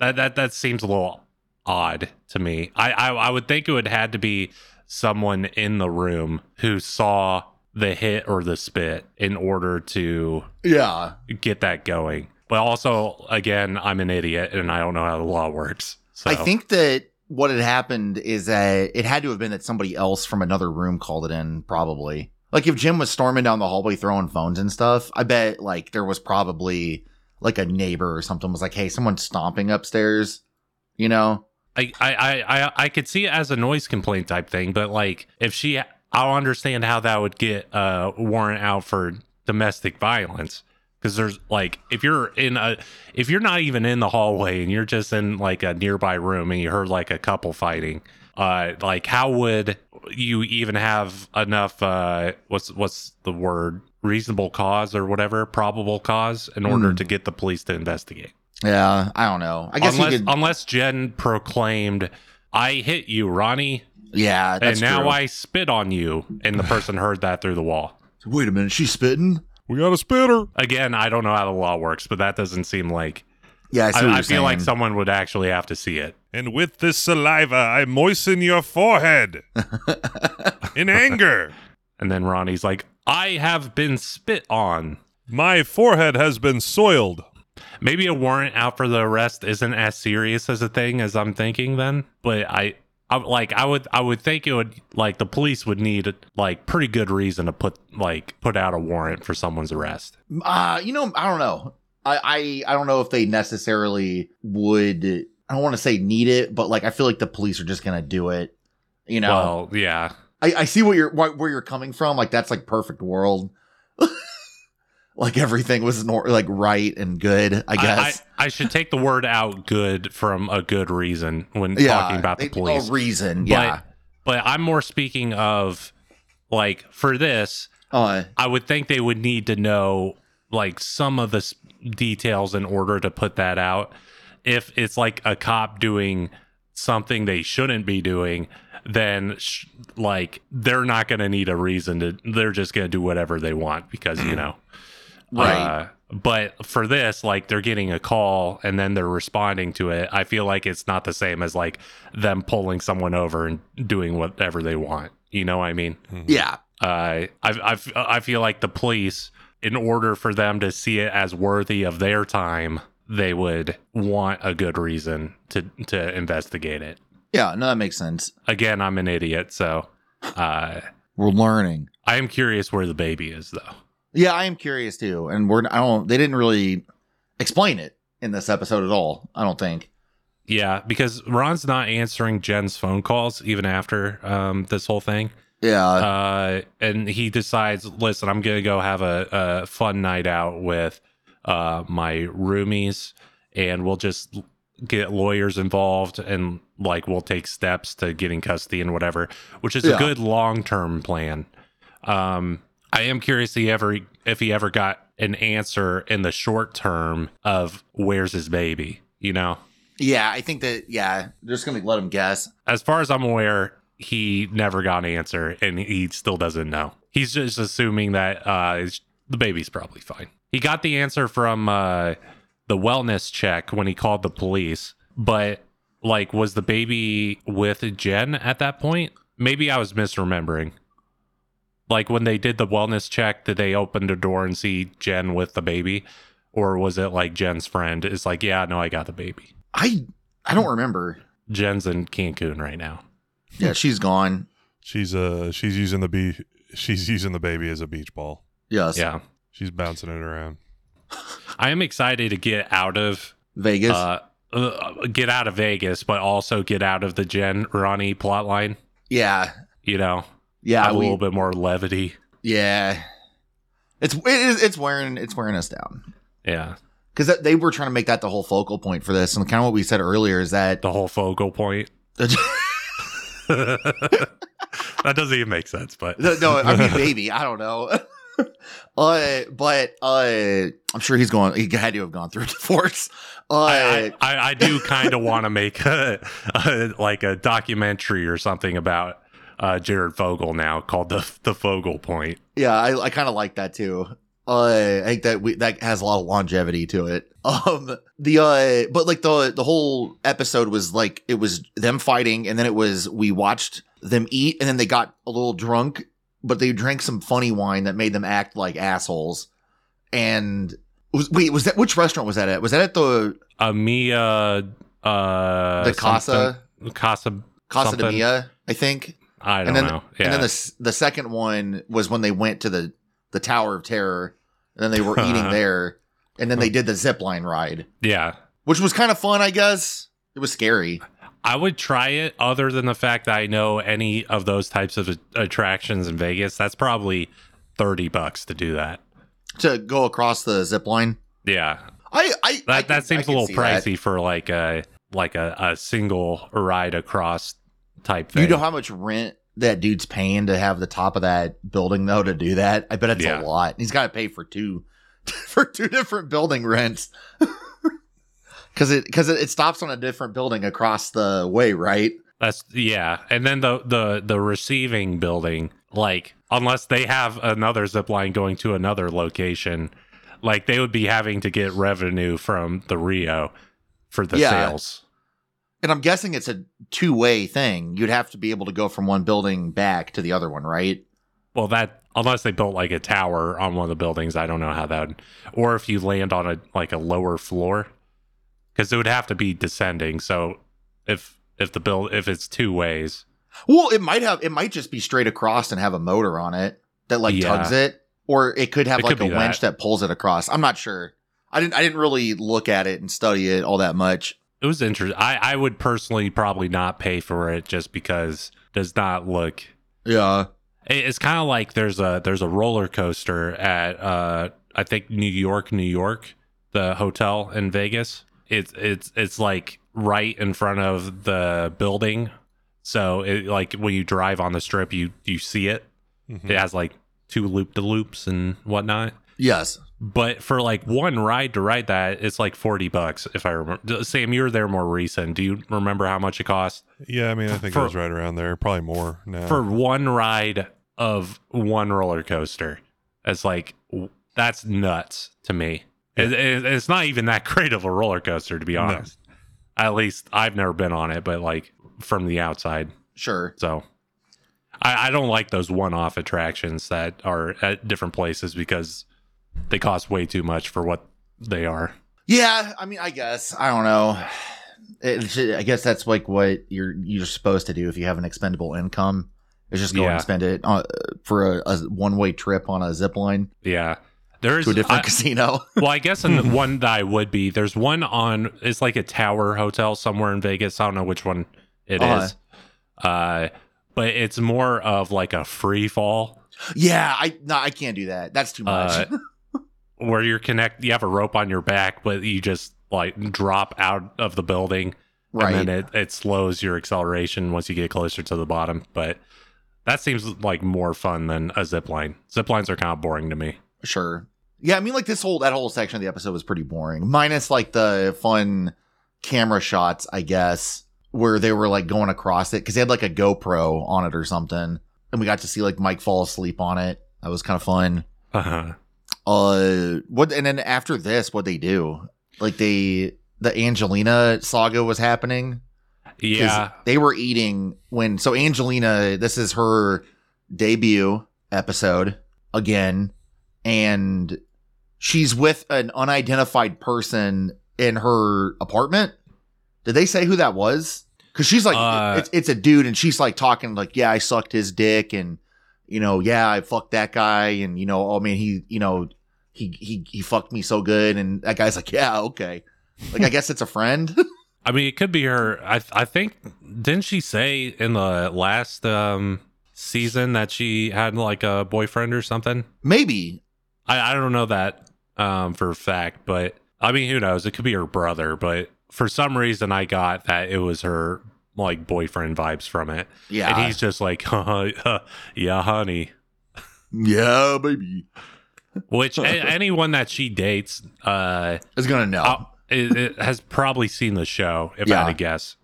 [SPEAKER 6] That that that seems a little odd to me. I I, I would think it would had to be someone in the room who saw the hit or the spit in order to
[SPEAKER 5] yeah
[SPEAKER 6] get that going. But also, again, I'm an idiot and I don't know how the law works. So
[SPEAKER 5] I think that what had happened is that it had to have been that somebody else from another room called it in, probably. Like if Jim was storming down the hallway throwing phones and stuff, I bet like there was probably like a neighbor or something was like, "Hey, someone's stomping upstairs," you know?
[SPEAKER 6] I, I, I, I, I could see it as a noise complaint type thing, but like if she, I don't understand how that would get a uh, warrant out for domestic violence. Cause there's like, if you're in a, if you're not even in the hallway and you're just in like a nearby room and you heard like a couple fighting, uh, like how would you even have enough, uh, what's, what's the word? Reasonable cause or whatever, probable cause in order
[SPEAKER 5] Hmm.
[SPEAKER 6] to get the police to investigate
[SPEAKER 5] Yeah, I don't know. I guess you
[SPEAKER 6] unless
[SPEAKER 5] could.
[SPEAKER 6] unless Jen proclaimed, "I hit you, Ronnie,
[SPEAKER 5] yeah, that's
[SPEAKER 6] and now
[SPEAKER 5] true.
[SPEAKER 6] I spit on you," and the person heard that through the wall.
[SPEAKER 5] wait a minute. She's spitting.
[SPEAKER 4] We got a spitter.
[SPEAKER 6] Again, I don't know how the law works, but that doesn't seem like
[SPEAKER 5] Yeah, I, see
[SPEAKER 6] I,
[SPEAKER 5] what
[SPEAKER 6] I
[SPEAKER 5] you're
[SPEAKER 6] feel like
[SPEAKER 5] saying.
[SPEAKER 6] someone would actually have to see it
[SPEAKER 4] And with this saliva, I moisten your forehead in anger.
[SPEAKER 6] And then Ronnie's like, I have been spit on.
[SPEAKER 4] My forehead has been soiled.
[SPEAKER 6] Maybe a warrant out for the arrest isn't as serious as a thing as I'm thinking then, but I I like I would I would think it would like the police would need like pretty good reason to put like put out a warrant for someone's arrest.
[SPEAKER 5] Uh, you know, I don't know. I, I, I don't know if they necessarily would. I don't want to say need it, but like I feel like the police are just gonna do it. You know,
[SPEAKER 6] Well, yeah.
[SPEAKER 5] I, I see what you're wh- where you're coming from. Like that's like perfect world. like everything was nor- like right and good. I guess.
[SPEAKER 6] I, should take the word out good from a good reason when
[SPEAKER 5] yeah,
[SPEAKER 6] talking about the
[SPEAKER 5] they-
[SPEAKER 6] police.
[SPEAKER 5] A reason. Yeah.
[SPEAKER 6] But, but I'm more speaking of like for this,
[SPEAKER 5] uh,
[SPEAKER 6] I would think they would need to know like some of the s- details in order to put that out. If it's like a cop doing something they shouldn't be doing, then sh- like they're not going to need a reason to, they're just going to do whatever they want because, you know.
[SPEAKER 5] Right.
[SPEAKER 6] Uh, but for this, like they're getting a call and then they're responding to it. I feel like it's not the same as like them pulling someone over and doing whatever they want. You know what I mean?
[SPEAKER 5] yeah.
[SPEAKER 6] uh, I, I, I feel like the police, in order for them to see it as worthy of their time, they would want a good reason to to investigate it.
[SPEAKER 5] Yeah. No, that makes sense.
[SPEAKER 6] Again, I'm an idiot, so uh,
[SPEAKER 5] We're learning.
[SPEAKER 6] I am curious where the baby is, though.
[SPEAKER 5] Yeah, I am curious too, and we're I don't they didn't really explain it in this episode at all. I don't think.
[SPEAKER 6] Yeah, because Ron's not answering Jen's phone calls even after um, this whole thing.
[SPEAKER 5] Yeah,
[SPEAKER 6] uh, and he decides, listen, I'm gonna go have a, a fun night out with uh, my roomies, and we'll just l- get lawyers involved, and like we'll take steps to getting custody and whatever, which is a
[SPEAKER 5] Yeah.
[SPEAKER 6] good long term plan. Um, I am curious if he ever if he ever got an answer in the short term of where's his baby, you know.
[SPEAKER 5] yeah, I think that yeah, they're just gonna let him guess.
[SPEAKER 6] as far as I'm aware, he never got an answer, and he still doesn't know. He's just assuming that uh, it's- the baby's probably fine. He got the answer from uh, the wellness check when he called the police, but like, was the baby with Jen at that point? Maybe I was misremembering. Like when they did the wellness check, did they open the door and see Jen with the baby, or was it like Jen's friend? It's like, yeah, no, I got the baby.
[SPEAKER 5] I I don't remember.
[SPEAKER 6] Jen's in Cancun right now. Hmm.
[SPEAKER 5] Yeah, she's gone.
[SPEAKER 4] She's uh she's using the bee she's using the baby as a beach ball.
[SPEAKER 5] Yes,
[SPEAKER 6] Yeah.
[SPEAKER 4] She's bouncing it around.
[SPEAKER 6] I am excited to get out of
[SPEAKER 5] Vegas.
[SPEAKER 6] uh, uh get out of Vegas, but also get out of the Jen Ronnie plotline.
[SPEAKER 5] yeah,
[SPEAKER 6] You know,
[SPEAKER 5] yeah,
[SPEAKER 6] have a
[SPEAKER 5] we,
[SPEAKER 6] little bit more levity.
[SPEAKER 5] yeah. It's it is it's wearing it's wearing us down
[SPEAKER 6] Yeah,
[SPEAKER 5] because they were trying to make that the whole focal point for this, and kind of what we said earlier is that
[SPEAKER 6] the whole focal point. that doesn't even make sense, but
[SPEAKER 5] No, no, I mean baby. I don't know. uh, but uh, I'm sure he's going. He had to have gone through a divorce. Uh,
[SPEAKER 6] I, I, I- I do kind of want to make a, a, like a documentary or something about uh, Jared Fogle now called the the Fogle Point.
[SPEAKER 5] yeah, I, I kind of like that too. Uh, I think that we that has a lot of longevity to it. Um, the uh, but like the the whole episode was like it was them fighting, and then it was we watched them eat, and then they got a little drunk, but they drank some funny wine that made them act like assholes. And was, wait, was that which restaurant was that at? Was that at the
[SPEAKER 6] A Mia, uh,
[SPEAKER 5] the Casa?
[SPEAKER 6] something- Casa
[SPEAKER 5] Casa de
[SPEAKER 6] something.
[SPEAKER 5] Mia, I think.
[SPEAKER 6] I don't
[SPEAKER 5] And then-
[SPEAKER 6] know. Yeah.
[SPEAKER 5] And then the s- the second one was when they went to the the Tower of Terror, and then they were eating there, and then they did the zip line ride,
[SPEAKER 6] yeah.
[SPEAKER 5] which was kind of fun, I guess. It was scary.
[SPEAKER 6] I would try it other than the fact that I know any of those types of a- attractions in Vegas. That's probably 30 bucks to do that.
[SPEAKER 5] to go across the zip line.
[SPEAKER 6] Yeah.
[SPEAKER 5] I I
[SPEAKER 6] That
[SPEAKER 5] I can-
[SPEAKER 6] that seems
[SPEAKER 5] I
[SPEAKER 6] a
[SPEAKER 5] can
[SPEAKER 6] little
[SPEAKER 5] see that.
[SPEAKER 6] pricey for like a like a, a single ride across type thing.
[SPEAKER 5] You know how much rent that dude's paying to have the top of that building though to do that? I bet it's
[SPEAKER 6] Yeah.
[SPEAKER 5] a lot. He's got to pay for two for two different building rents. Cause it cause it, it stops on a different building across the way, right?
[SPEAKER 6] That's yeah. And then the the the receiving building like unless they have another zip line going to another location like they would be having to get revenue from the Rio for the
[SPEAKER 5] Yeah.
[SPEAKER 6] sales.
[SPEAKER 5] And I'm guessing it's a two way thing. You'd have to be able to go from one building back to the other one, right?
[SPEAKER 6] Well, that unless they built like a tower on one of the buildings, I don't know how that. Would, or if you land on a like a lower floor, because it would have to be descending. So if if the build if it's two ways,
[SPEAKER 5] Well, it might have. It might just be straight across and have a motor on it that like
[SPEAKER 6] Yeah.
[SPEAKER 5] tugs it, or it could have
[SPEAKER 6] It
[SPEAKER 5] like
[SPEAKER 6] could
[SPEAKER 5] a
[SPEAKER 6] be
[SPEAKER 5] winch that pulls it across. I'm not sure. I didn't. I didn't really look at it and study it all that much.
[SPEAKER 6] it was interesting. I I would personally probably not pay for it just because it does not look.
[SPEAKER 5] Yeah.
[SPEAKER 6] it- It's kind of like there's a there's a roller coaster at uh I think New York, New York, the hotel in Vegas. It's it's it's like right in front of the building. So it like when you drive on the strip, you you see it.
[SPEAKER 4] Mhm.
[SPEAKER 6] It has like two loop de loops and whatnot.
[SPEAKER 5] Yes.
[SPEAKER 6] But for like one ride to ride that, it's like forty bucks if I remember. Sam, you were there more recent. Do you remember how much it cost
[SPEAKER 4] Yeah, I mean, I think
[SPEAKER 6] For-
[SPEAKER 4] it was right around there. Probably more now.
[SPEAKER 6] for one ride of one roller coaster? It's like w- that's nuts to me. It, it- it's not even that great of a roller coaster to be
[SPEAKER 4] No.
[SPEAKER 6] honest. At least I've never been on it, but like from the outside.
[SPEAKER 5] Sure.
[SPEAKER 6] So I, I don't like those one off attractions that are at different places because they cost way too much for what they are.
[SPEAKER 5] Yeah. I mean, I guess. I don't know. It, I guess that's like what you're you're supposed to do if you have an expendable income. Is just go
[SPEAKER 6] Yeah.
[SPEAKER 5] and spend it on, for a, a one way trip on a zip line
[SPEAKER 6] Yeah. There's
[SPEAKER 5] to a different
[SPEAKER 6] I-
[SPEAKER 5] casino.
[SPEAKER 6] well, I guess in
[SPEAKER 5] Mm-hmm.
[SPEAKER 6] the one that I would be, there's one on it's like a tower hotel somewhere in Vegas. I don't know which one it is,
[SPEAKER 5] Uh-huh.
[SPEAKER 6] Uh but it's more of like a free fall
[SPEAKER 5] yeah. I no. I can't do that. That's too much.
[SPEAKER 6] Uh, where you're connect you have a rope on your back, but you just like drop out of the building
[SPEAKER 5] right.
[SPEAKER 6] and then it, it slows your acceleration once you get closer to the bottom. But that seems like more fun than a zip line. Zip lines are kind of boring to me.
[SPEAKER 5] Sure. Yeah, I mean, like this whole that whole section of the episode was pretty boring, minus like the fun camera shots, I guess, where they were like going across it because they had like a GoPro on it or something, and we got to see like Mike fall asleep on it. That was kind of fun.
[SPEAKER 6] Uh-huh.
[SPEAKER 5] Uh, what? And then after this, what they do? Like they the Angelina saga was happening. 'cause
[SPEAKER 6] Yeah,
[SPEAKER 5] they were eating when so Angelina. This is her debut episode again, and she's with an unidentified person in her apartment. Did they say who that was? Because she's like,
[SPEAKER 6] Uh,
[SPEAKER 5] it's, it's a dude, and she's like talking like, yeah, I sucked his dick, and you know, yeah, I fucked that guy, and you know, oh man, he, you know, he he he fucked me so good, and that guy's like, yeah, okay, like I guess it's a friend.
[SPEAKER 6] I mean, it could be her. I I think didn't she say in the last um season that she had like a boyfriend or something?
[SPEAKER 5] Maybe
[SPEAKER 6] I I don't know that um for a fact, but I mean, who knows? It could be her brother, but for some reason, I got that it was her like boyfriend vibes from it,
[SPEAKER 5] yeah,
[SPEAKER 6] and he's just like, yeah, honey.
[SPEAKER 5] yeah, baby.
[SPEAKER 6] Which a- anyone that she dates, uh,
[SPEAKER 5] is gonna know.
[SPEAKER 6] uh, it, it has probably seen the show, if I
[SPEAKER 5] Yeah.
[SPEAKER 6] had to guess,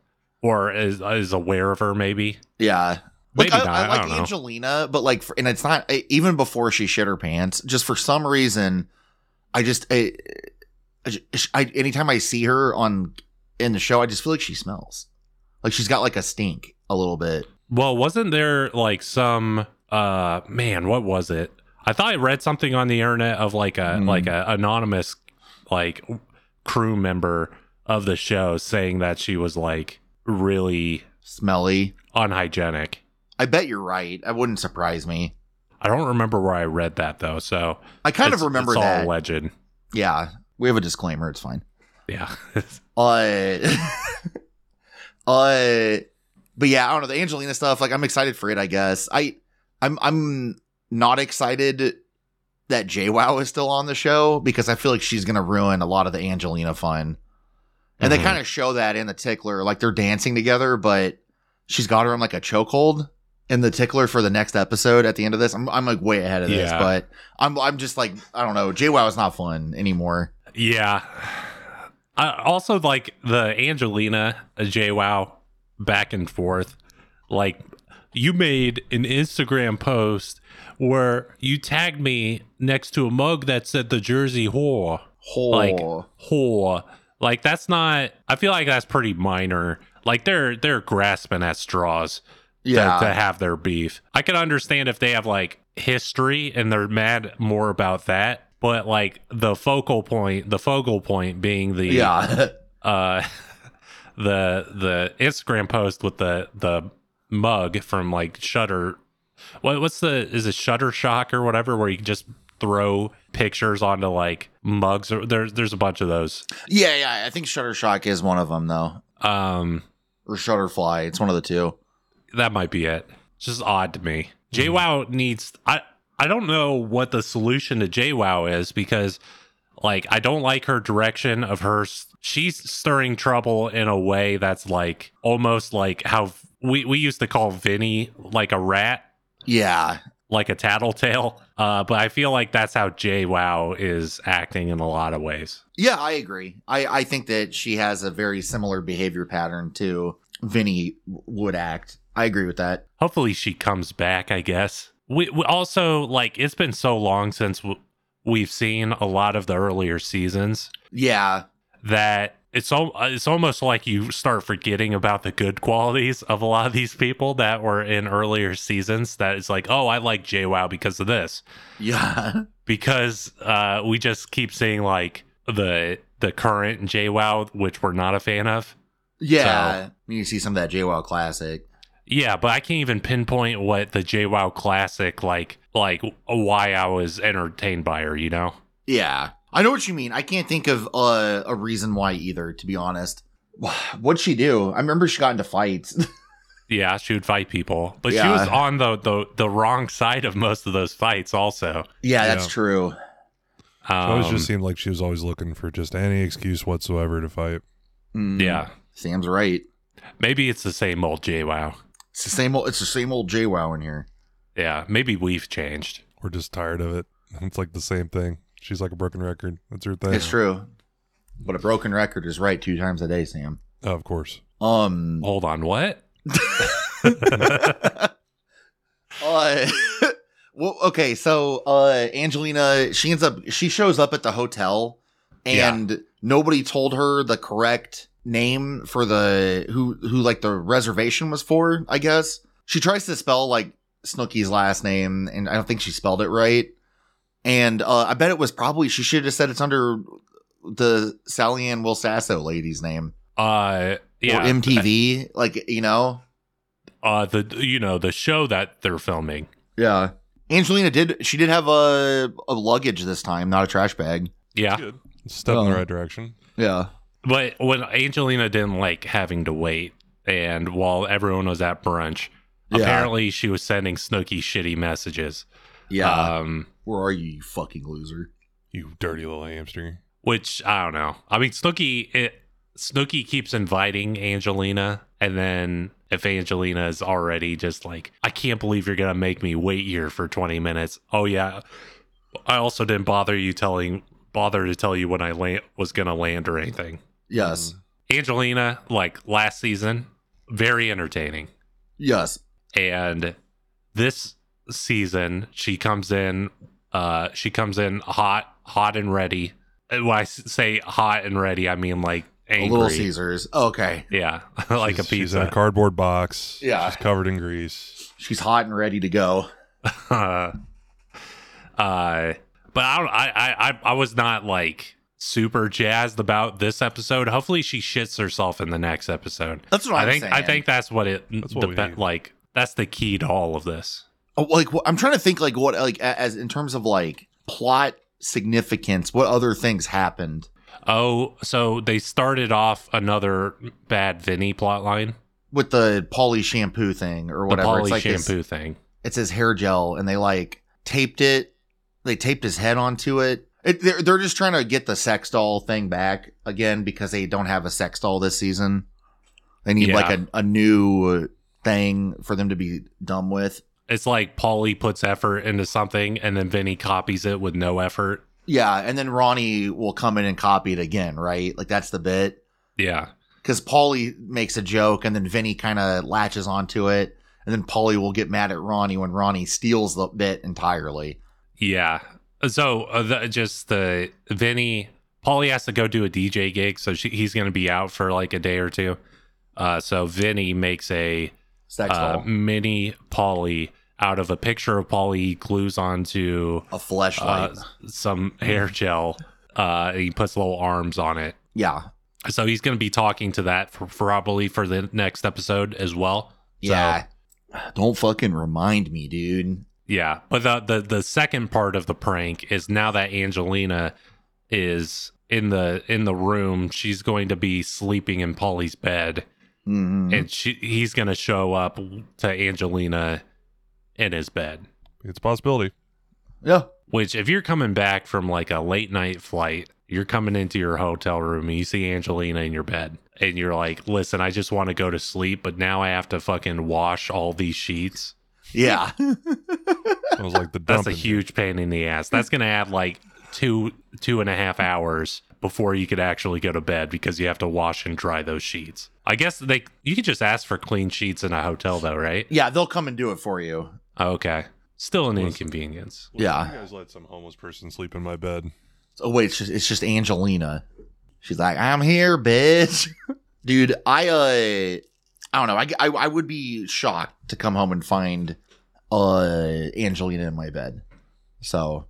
[SPEAKER 6] or is is aware of her, maybe.
[SPEAKER 5] yeah,
[SPEAKER 6] Maybe
[SPEAKER 5] like, I,
[SPEAKER 6] not.
[SPEAKER 5] I
[SPEAKER 6] I
[SPEAKER 5] like
[SPEAKER 6] don't know.
[SPEAKER 5] Angelina, but like, for, and it's not I- even before she shit her pants. Just for some reason, I just I, I just- I- anytime I see her on in the show, I just feel like she smells like she's got like a stink a little bit.
[SPEAKER 6] Well, wasn't there like some uh man, what was it? I thought I read something on the internet of like a
[SPEAKER 5] Hmm.
[SPEAKER 6] like a anonymous like w- crew member of the show saying that she was like really
[SPEAKER 5] Smelly.
[SPEAKER 6] unhygienic.
[SPEAKER 5] I bet you're right. That wouldn't surprise me.
[SPEAKER 6] I don't remember where I read that though, so
[SPEAKER 5] I kind
[SPEAKER 6] it's-
[SPEAKER 5] of remember
[SPEAKER 6] it's all
[SPEAKER 5] that.
[SPEAKER 6] legend.
[SPEAKER 5] yeah, we have a disclaimer. It's fine.
[SPEAKER 6] Yeah.
[SPEAKER 5] Uh, uh, but yeah, I don't know the Angelina stuff. Like, I'm excited for it. I guess I, I'm, I'm not excited that JWoww is still on the show because I feel like she's gonna ruin a lot of the Angelina fun. And
[SPEAKER 6] Mhm.
[SPEAKER 5] they kind of show that in the tickler, like they're dancing together, but she's got her in like a chokehold. in the tickler for the next episode at the end of this, I'm, I'm like way ahead of this,
[SPEAKER 6] Yeah.
[SPEAKER 5] but I'm, I'm just like, I don't know. JWoww is not fun anymore.
[SPEAKER 6] yeah. I, also like the Angelina uh, JWoww back and forth. Like you made an Instagram post where you tagged me next to a mug that said the Jersey whore.
[SPEAKER 5] Whole.
[SPEAKER 6] Like- Whore. Like that's not I feel like that's pretty minor. Like they're they're grasping at straws to-
[SPEAKER 5] Yeah.
[SPEAKER 6] to, have their beef. I can understand if they have like history and they're mad more about that, but like the focal point, the focal point being the
[SPEAKER 5] yeah.
[SPEAKER 6] uh the the Instagram post with the the mug from like Shutter. What what's the is it Shutter Shock or whatever where you can just throw pictures onto like mugs or there's there's a bunch of those.
[SPEAKER 5] yeah, yeah. I think Shuttershock is one of them though,
[SPEAKER 6] Um
[SPEAKER 5] or Shutterfly. It's one of the two.
[SPEAKER 6] that might be it. It's just odd to me. JWoww needs I I don't know what the solution to JWoww is because like I don't like her direction of her s- she's stirring trouble in a way that's like almost like how we we used to call Vinny like a rat,
[SPEAKER 5] Yeah,
[SPEAKER 6] like a tattletale. Uh but I feel like that's how JWoww is acting in a lot of ways.
[SPEAKER 5] yeah. I agree. I I think that she has a very similar behavior pattern to Vinny w- would act. I agree with that.
[SPEAKER 6] hopefully she comes back i guess we, we also like it's been so long since w- we've seen a lot of the earlier seasons
[SPEAKER 5] Yeah,
[SPEAKER 6] that it's al- uh, it's almost like you start forgetting about the good qualities of a lot of these people that were in earlier seasons that it's like oh i like jwow because of this
[SPEAKER 5] yeah,
[SPEAKER 6] because uh we just keep seeing like the the current jwow which we're not a fan of
[SPEAKER 5] yeah. You see some of that JWoww classic.
[SPEAKER 6] Yeah, but I can't even pinpoint what the JWoww classic like like why I was entertained by her, you know.
[SPEAKER 5] Yeah, I know what you mean. I can't think of uh, a reason why either. To be honest, what'd she do? I remember she got into fights.
[SPEAKER 6] Yeah, she would fight people, but she
[SPEAKER 5] Yeah.
[SPEAKER 6] was on the, the the wrong side of most of those fights also.
[SPEAKER 5] yeah,
[SPEAKER 4] Yeah.
[SPEAKER 5] that's true.
[SPEAKER 4] It
[SPEAKER 6] Um,
[SPEAKER 4] always just seemed like she was always looking for just any excuse whatsoever to fight.
[SPEAKER 5] Mm,
[SPEAKER 6] yeah.
[SPEAKER 5] Sam's right.
[SPEAKER 6] Maybe it's the same old JWoww.
[SPEAKER 5] It's the same old. It's the same old JWoww in here.
[SPEAKER 6] Yeah, maybe we've changed.
[SPEAKER 4] We're just tired of it. It's like the same thing. She's like a broken record. That's her thing.
[SPEAKER 5] It's true. But a broken record is right two times a day, Sam.
[SPEAKER 4] Oh, of course.
[SPEAKER 5] Um.
[SPEAKER 6] Hold on, what?
[SPEAKER 5] uh, well, okay. So uh, Angelina, she ends up. She shows up at the hotel, and nobody told her the correct name for the who who like the reservation was for. I guess she tries to spell like Snooky's last name, and I don't think she spelled it right. And uh, I bet it was probably she should have said it's under the Sally Ann Wilsasso lady's name.
[SPEAKER 6] Uh yeah.
[SPEAKER 5] or MTV, like you know.
[SPEAKER 6] uh the you know, the show that they're filming.
[SPEAKER 5] Yeah, Angelina did. She did have a a luggage this time, not a trash bag.
[SPEAKER 6] Yeah.
[SPEAKER 4] Step in the
[SPEAKER 5] Uh-huh.
[SPEAKER 4] right direction.
[SPEAKER 5] Yeah,
[SPEAKER 6] But when Angelina didn't like having to wait, and while everyone was at brunch,
[SPEAKER 5] Yeah.
[SPEAKER 6] apparently she was sending Snooky shitty messages.
[SPEAKER 5] yeah.
[SPEAKER 6] Um,
[SPEAKER 5] Where are you, you fucking loser?
[SPEAKER 4] You dirty little hamster.
[SPEAKER 6] which I don't know. I mean, Snooky, it, Snooky keeps inviting Angelina, and then if Angelina is already just like, I can't believe you're gonna make me wait here for twenty minutes. Oh yeah, I also didn't bother you telling bother to tell you when I land, was gonna land or anything.
[SPEAKER 5] Yes,
[SPEAKER 6] Mm. Angelina, like last season, very entertaining.
[SPEAKER 5] yes.
[SPEAKER 6] and this season she comes in uh she comes in hot hot and ready And when i s- say hot and ready i mean like angry
[SPEAKER 5] A Little Caesars. Okay,
[SPEAKER 6] yeah like a
[SPEAKER 4] She's- She's in
[SPEAKER 6] pizza
[SPEAKER 4] a cardboard box.
[SPEAKER 5] Yeah.
[SPEAKER 4] She's covered in grease.
[SPEAKER 5] she's hot and ready to go.
[SPEAKER 6] uh but I, don't- I i i i was not like super jazzed about this episode hopefully she shits herself in the next episode
[SPEAKER 5] That's what
[SPEAKER 6] i
[SPEAKER 5] I'm
[SPEAKER 6] think i
[SPEAKER 5] saying.
[SPEAKER 6] think that's what it
[SPEAKER 4] That's what
[SPEAKER 6] the
[SPEAKER 4] we
[SPEAKER 6] be-
[SPEAKER 4] need.
[SPEAKER 6] like that's the key to all of this
[SPEAKER 5] Oh, like wh- I'm trying to think like what like a- as in terms of like plot significance. What other things happened?
[SPEAKER 6] Oh, so they started off another bad Vinny plotline,
[SPEAKER 5] With the Polly shampoo thing or
[SPEAKER 6] the
[SPEAKER 5] whatever,
[SPEAKER 6] poly
[SPEAKER 5] it's like this-
[SPEAKER 6] shampoo thing.
[SPEAKER 5] it's his hair gel and they like taped it they taped his head onto it, it they're, they're just trying to get the sex doll thing back again because they don't have a sex doll this season they need
[SPEAKER 6] Yeah.
[SPEAKER 5] like a, a new thing for them to be dumb with
[SPEAKER 6] It's like Polly puts effort into something, and then Vinny copies it with no effort.
[SPEAKER 5] yeah and then ronnie will come in and copy it again right like that's the bit
[SPEAKER 6] Yeah,
[SPEAKER 5] because Paulie makes a joke and then Vinny kind of latches onto it and then Paulie will get mad at Ronnie when Ronnie steals the bit entirely.
[SPEAKER 6] yeah. So uh, the, just the Vinny, Polly has to go do a DJ gig, so she, he's going to be out for like a day or two. Uh, so Vinny makes a
[SPEAKER 5] Sex
[SPEAKER 6] uh,
[SPEAKER 5] doll.
[SPEAKER 6] mini Polly out of a picture of Polly. He glues onto
[SPEAKER 5] A flashlight.
[SPEAKER 6] uh, some hair gel. Uh, and he puts little arms on it.
[SPEAKER 5] yeah.
[SPEAKER 6] So he's going to be talking to that for, probably for the next episode as well. So-
[SPEAKER 5] Yeah. Don't fucking remind me, dude.
[SPEAKER 6] Yeah, but the, the the second part of the prank is now that Angelina is in the in the room, she's going to be sleeping in Polly's bed,
[SPEAKER 5] Mhm.
[SPEAKER 6] and she he's going to show up to Angelina in his bed.
[SPEAKER 4] It's a possibility.
[SPEAKER 5] yeah.
[SPEAKER 6] Which, if you're coming back from like a late night flight, you're coming into your hotel room and you see Angelina in your bed, and you're like, "Listen, I just want to go to sleep, but now I have to fucking wash all these sheets."
[SPEAKER 5] Yeah.
[SPEAKER 4] I was like the
[SPEAKER 6] That's
[SPEAKER 4] dump.
[SPEAKER 6] a
[SPEAKER 4] in-
[SPEAKER 6] huge pain in the ass. That's gonna add like two two and a half hours before you could actually go to bed because you have to wash and dry those sheets. I guess they you could just ask for clean sheets in a hotel though, right?
[SPEAKER 5] yeah, they'll come and do it for you.
[SPEAKER 6] Okay. Still an
[SPEAKER 4] Listen.
[SPEAKER 6] inconvenience.
[SPEAKER 4] Listen,
[SPEAKER 5] Yeah.
[SPEAKER 4] You guys let some homeless person sleep in my bed.
[SPEAKER 5] Oh wait, it's just it's just Angelina. She's like, I'm here, bitch. Dude, I uh I don't know. I, I I would be shocked to come home and find uh Angelina in my bed. So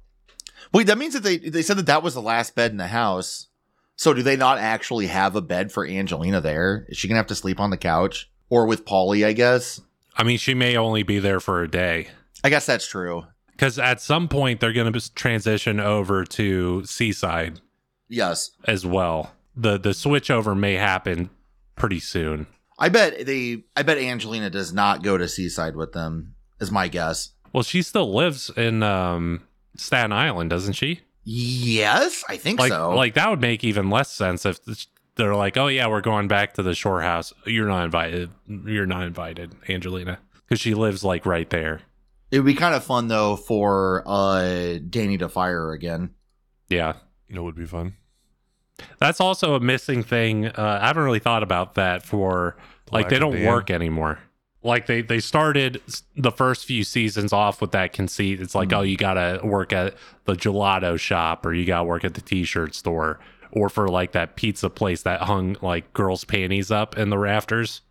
[SPEAKER 5] wait, that means that they they said that that was the last bed in the house. So do they not actually have a bed for Angelina there? Is she gonna have to sleep on the couch or with Polly? I guess.
[SPEAKER 6] I mean, she may only be there for a day.
[SPEAKER 5] I guess that's true.
[SPEAKER 6] Because at some point they're gonna just transition over to Seaside
[SPEAKER 5] Yes,
[SPEAKER 6] as well. The the switchover may happen pretty soon.
[SPEAKER 5] I bet they. I bet Angelina does not go to Seaside with them. Is my guess.
[SPEAKER 6] Well, she still lives in um Staten Island, doesn't she?
[SPEAKER 5] Yes, I think
[SPEAKER 6] like
[SPEAKER 5] so.
[SPEAKER 6] like that would make even less sense if th- they're like oh yeah we're going back to the shore house you're not invited you're not invited angelina because she lives like right there
[SPEAKER 5] it would be kind of fun though for uh Danny to fire her again.
[SPEAKER 6] yeah
[SPEAKER 4] It would be fun.
[SPEAKER 6] that's also a missing thing uh, i haven't really thought about that for like
[SPEAKER 4] Lack
[SPEAKER 6] they
[SPEAKER 4] of
[SPEAKER 6] don't
[SPEAKER 4] Dan.
[SPEAKER 6] work anymore like they they started s- the first few seasons off with that conceit it's like oh you gotta work at the gelato shop or you gotta work at the t-shirt store or for like that pizza place that hung like girls panties up in the rafters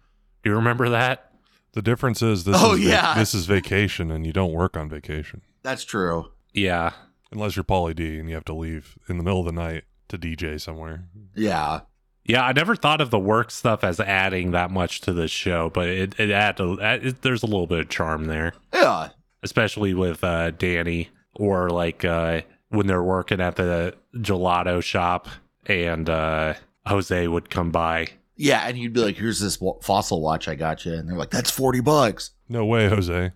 [SPEAKER 6] do you remember that
[SPEAKER 4] The difference is this.
[SPEAKER 5] Oh,
[SPEAKER 4] is va-
[SPEAKER 5] yeah.
[SPEAKER 4] this is vacation, and you don't work on vacation
[SPEAKER 5] That's true.
[SPEAKER 6] yeah
[SPEAKER 4] unless you're Pauly D and you have to leave in the middle of the night to DJ somewhere.
[SPEAKER 5] Yeah.
[SPEAKER 6] yeah i never thought of the work stuff as adding that much to the show but it, it add a, it, there's a little bit of charm there
[SPEAKER 5] Yeah.
[SPEAKER 6] especially with uh, Danny or like uh, when they're working at the gelato shop and uh, Jose would come by.
[SPEAKER 5] Yeah, and you'd be like, "Here's this wa- fossil watch I got you," and they're like, "That's forty bucks."
[SPEAKER 4] No way, Jose.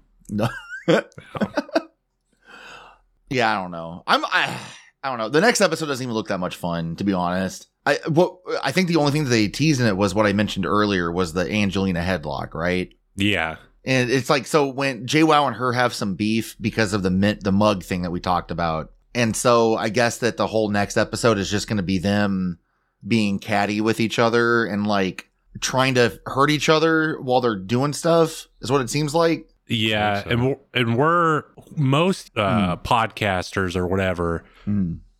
[SPEAKER 5] Yeah, I don't know. I'm I, I don't know. The next episode doesn't even look that much fun, to be honest. I what I think the only thing that they teased in it was what I mentioned earlier was the Angelina headlock, right?
[SPEAKER 6] Yeah.
[SPEAKER 5] And it's like so when JWoww and her have some beef because of the mint, the mug thing that we talked about, and so I guess that the whole next episode is just going to be them being catty with each other and like trying to hurt each other while they're doing stuff is what it seems like.
[SPEAKER 6] Yeah.
[SPEAKER 4] so.
[SPEAKER 6] And, we're, and we're most uh, podcasters or whatever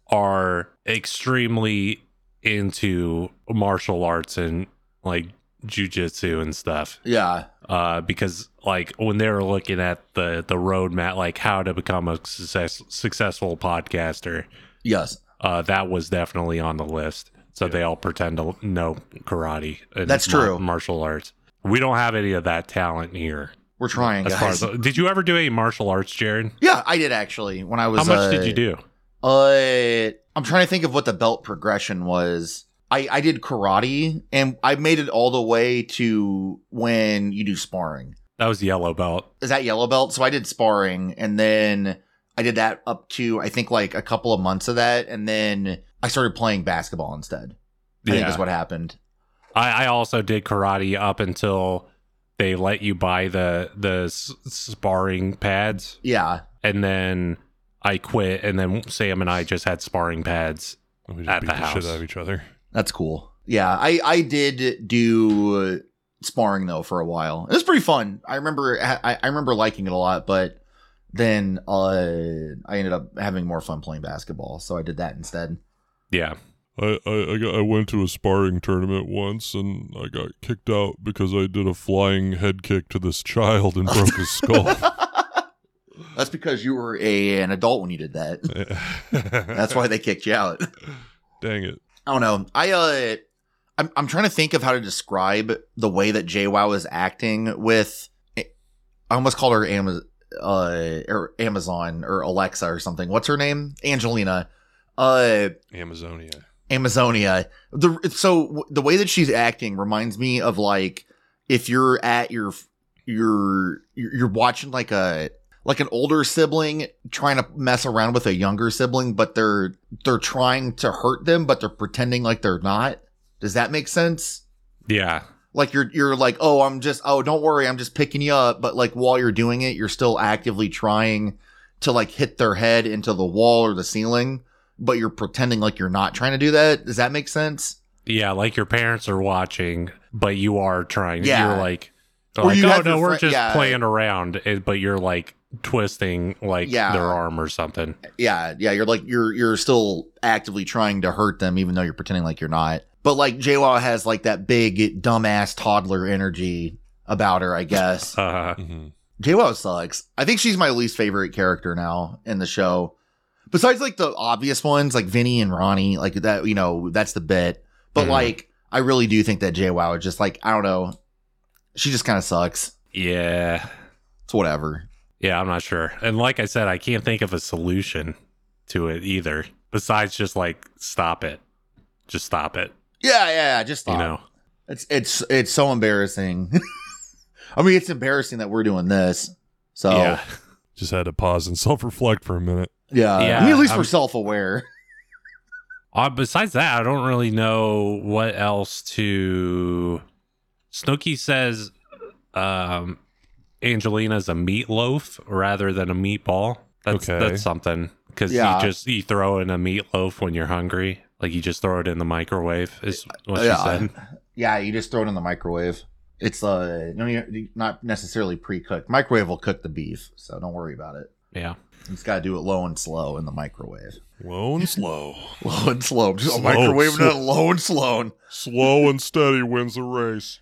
[SPEAKER 6] are extremely into martial arts and like jujitsu and stuff.
[SPEAKER 5] Yeah,
[SPEAKER 6] uh, because like when they were looking at the the roadmap, like how to become a success, successful podcaster,
[SPEAKER 5] yes,
[SPEAKER 6] uh, that was definitely on the list. So they all pretend to know karate. And
[SPEAKER 5] That's
[SPEAKER 6] mar-
[SPEAKER 5] true.
[SPEAKER 6] Martial arts. We don't have any of that talent here.
[SPEAKER 5] we're trying.
[SPEAKER 6] As far
[SPEAKER 5] guys.
[SPEAKER 6] as did you ever do any martial arts, Jared?
[SPEAKER 5] yeah, I did actually when I was.
[SPEAKER 6] How much
[SPEAKER 5] uh,
[SPEAKER 6] did you do?
[SPEAKER 5] Uh, I'm trying to think of what the belt progression was. I, I did karate and I made it all the way to when you do sparring.
[SPEAKER 6] That was yellow belt.
[SPEAKER 5] is that yellow belt? So I did sparring and then I did that up to I think like a couple of months of that and then I started playing basketball instead. I think is what happened.
[SPEAKER 6] I, I also did karate up until they let you buy the the s- sparring pads.
[SPEAKER 5] Yeah.
[SPEAKER 6] and then I quit, and then Sam and I just had sparring pads.
[SPEAKER 4] We just
[SPEAKER 6] At
[SPEAKER 4] beat
[SPEAKER 6] the
[SPEAKER 4] the, shit
[SPEAKER 6] house.
[SPEAKER 4] out of each other.
[SPEAKER 5] That's cool. Yeah, I I did do uh, sparring though for a while. It was pretty fun. I remember I, I remember liking it a lot, but then uh, I ended up having more fun playing basketball, so I did that instead.
[SPEAKER 6] Yeah,
[SPEAKER 7] I, I, I, got, I went to a sparring tournament once and I got kicked out because I did a flying head kick to this child and broke his skull.
[SPEAKER 5] That's because you were a, an adult when you did that. That's
[SPEAKER 4] That's
[SPEAKER 5] why they kicked you out.
[SPEAKER 4] Dang it.
[SPEAKER 5] I don't know. I uh, I'm I'm trying to think of how to describe the way that JWoww is acting with. eh, I almost called her Amaz- uh, or Amazon or Alexa or something. What's her name? Angelina. Uh,
[SPEAKER 4] Amazonia.
[SPEAKER 5] Amazonia. The so w- the way that she's acting reminds me of like if you're at your you're you're watching like a like an older sibling trying to mess around with a younger sibling, but they're they're trying to hurt them, but they're pretending like they're not. Does that make sense?
[SPEAKER 6] Yeah.
[SPEAKER 5] Like you're you're like, oh, I'm just oh, don't worry, I'm just picking you up. But like while you're doing it, you're still actively trying to like hit their head into the wall or the ceiling, but you're pretending like you're not trying to do that. Does that make sense?
[SPEAKER 6] Yeah, like your parents are watching, but you are trying.
[SPEAKER 5] Yeah.
[SPEAKER 6] You're like,
[SPEAKER 5] Or
[SPEAKER 6] like,
[SPEAKER 5] you
[SPEAKER 6] oh
[SPEAKER 5] have
[SPEAKER 6] no,
[SPEAKER 5] your
[SPEAKER 6] we're
[SPEAKER 5] friend-
[SPEAKER 6] just
[SPEAKER 5] yeah.
[SPEAKER 6] playing around, eh, but you're like twisting like
[SPEAKER 5] Yeah.
[SPEAKER 6] their arm or something.
[SPEAKER 5] Yeah, yeah. You're like you're you're still actively trying to hurt them, even though you're pretending like you're not. But like JWoww has like that big dumbass toddler energy about her, I guess.
[SPEAKER 6] Uh,
[SPEAKER 4] Mhm.
[SPEAKER 5] JWoww sucks. I think she's my least favorite character now in the show. Besides like the obvious ones like Vinny and Ronnie, like that, you know, that's the bit. But
[SPEAKER 6] Mhm.
[SPEAKER 5] like I really do think that JWoww is just like, I don't know. She just kind of sucks.
[SPEAKER 6] yeah.
[SPEAKER 5] It's whatever.
[SPEAKER 6] Yeah, I'm not sure. And like I said, I can't think of a solution to it either, besides just like stop it. Just stop it.
[SPEAKER 5] Yeah, yeah, just
[SPEAKER 6] You
[SPEAKER 5] stop.
[SPEAKER 6] know?
[SPEAKER 5] It's it's it's so embarrassing. I mean, it's embarrassing that we're doing this. So
[SPEAKER 6] Yeah.
[SPEAKER 5] yeah,
[SPEAKER 4] Just had to pause and self reflect for a minute.
[SPEAKER 5] yeah. I
[SPEAKER 6] Yeah,
[SPEAKER 5] mean, at least
[SPEAKER 6] I'm-
[SPEAKER 5] we're self aware.
[SPEAKER 6] Uh, besides that, I don't really know what else to. Snooky says um, Angelina's a meatloaf rather than a meatball. That's
[SPEAKER 4] Okay.
[SPEAKER 6] that's something because
[SPEAKER 5] Yeah.
[SPEAKER 6] you just you throw in a meatloaf when you're hungry, like you just throw it in the microwave. Is what she
[SPEAKER 5] Yeah.
[SPEAKER 6] said.
[SPEAKER 5] Yeah, you just throw it in the microwave. It's uh, no, you not necessarily pre cooked. Microwave will cook the beef, so don't worry about it.
[SPEAKER 6] Yeah,
[SPEAKER 5] You just gotta do it low and slow in the microwave.
[SPEAKER 4] Low and slow.
[SPEAKER 5] Low and slow. Just
[SPEAKER 4] Slow,
[SPEAKER 5] microwave
[SPEAKER 4] slow.
[SPEAKER 5] it low and slow.
[SPEAKER 4] slow and steady wins the race.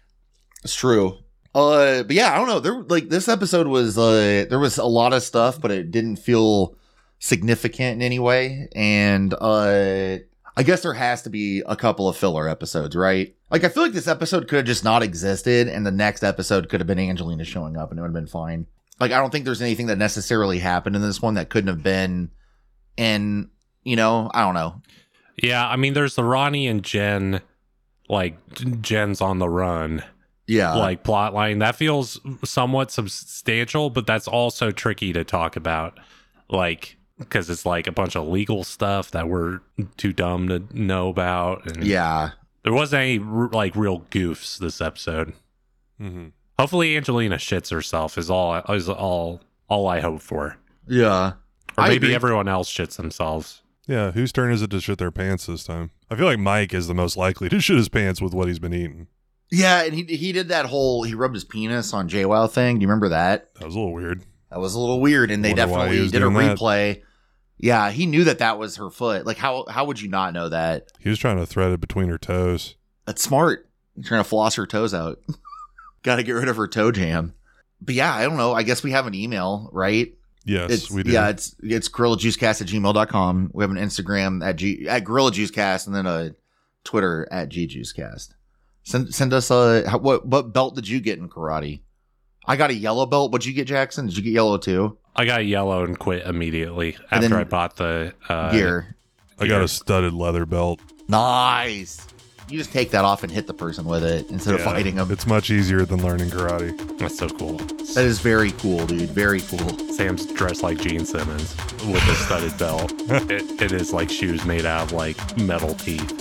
[SPEAKER 5] It's true. Uh, but yeah, I don't know. There, like this episode was, uh, there was a lot of stuff, but it didn't feel significant in any way. And uh, I guess there has to be a couple of filler episodes, right? Like I feel like this episode could have just not existed, and the next episode could have been Angelina showing up, and it would have been fine. Like I don't think there's anything that necessarily happened in this one that couldn't have been, in you know, I don't know.
[SPEAKER 6] yeah. I mean, there's the Ronnie and Jen, like Jen's on the run,
[SPEAKER 5] Yeah,
[SPEAKER 6] like plot line that feels somewhat substantial but that's also tricky to talk about like because it's like a bunch of legal stuff that we're too dumb to know about and
[SPEAKER 5] yeah.
[SPEAKER 6] there wasn't any r- like real goofs this episode
[SPEAKER 4] hmm
[SPEAKER 6] hopefully angelina shits herself is all is all all i hope for
[SPEAKER 5] Yeah.
[SPEAKER 6] or
[SPEAKER 5] I
[SPEAKER 6] maybe
[SPEAKER 5] agree.
[SPEAKER 6] everyone else shits themselves
[SPEAKER 4] Yeah, whose turn is it to shit their pants this time? I feel like Mike is the most likely to shit his pants with what he's been eating.
[SPEAKER 5] Yeah, and he he did that whole he rubbed his penis on JWoww thing. Do you remember that?
[SPEAKER 4] That was a little weird.
[SPEAKER 5] That was a little weird, and they
[SPEAKER 4] Wonder why he
[SPEAKER 5] definitely
[SPEAKER 4] was
[SPEAKER 5] did a
[SPEAKER 4] doing that.
[SPEAKER 5] replay. Yeah, he knew that that was her foot. Like how how would you not know that?
[SPEAKER 4] He was trying to thread it between her toes.
[SPEAKER 5] That's smart. You're trying to floss her toes out. Got to get rid of her toe jam. But yeah, I don't know. I guess we have an email, right?
[SPEAKER 4] Yes,
[SPEAKER 5] it's,
[SPEAKER 4] we did.
[SPEAKER 5] Yeah, it's it's gorillajuicecast at gmail.com. We have an Instagram at G at gorillajuicecast and then a Twitter at gjuicecast. Send send us a how- what what belt did you get in karate? I got a yellow belt. What'd you get, Jackson? Did you get yellow too?
[SPEAKER 6] i got yellow and quit immediately
[SPEAKER 5] And
[SPEAKER 6] after
[SPEAKER 5] then-
[SPEAKER 6] i bought the uh
[SPEAKER 5] Gear.
[SPEAKER 4] I got a studded leather belt.
[SPEAKER 5] Nice. You just take that off and hit the person with it instead of
[SPEAKER 4] Yeah,
[SPEAKER 5] fighting them.
[SPEAKER 4] It's much easier than learning karate.
[SPEAKER 6] that's so cool
[SPEAKER 5] That is very cool, dude. Very cool.
[SPEAKER 6] Sam's dressed like Gene Simmons with a studded belt. it, it is like shoes made out of like metal teeth.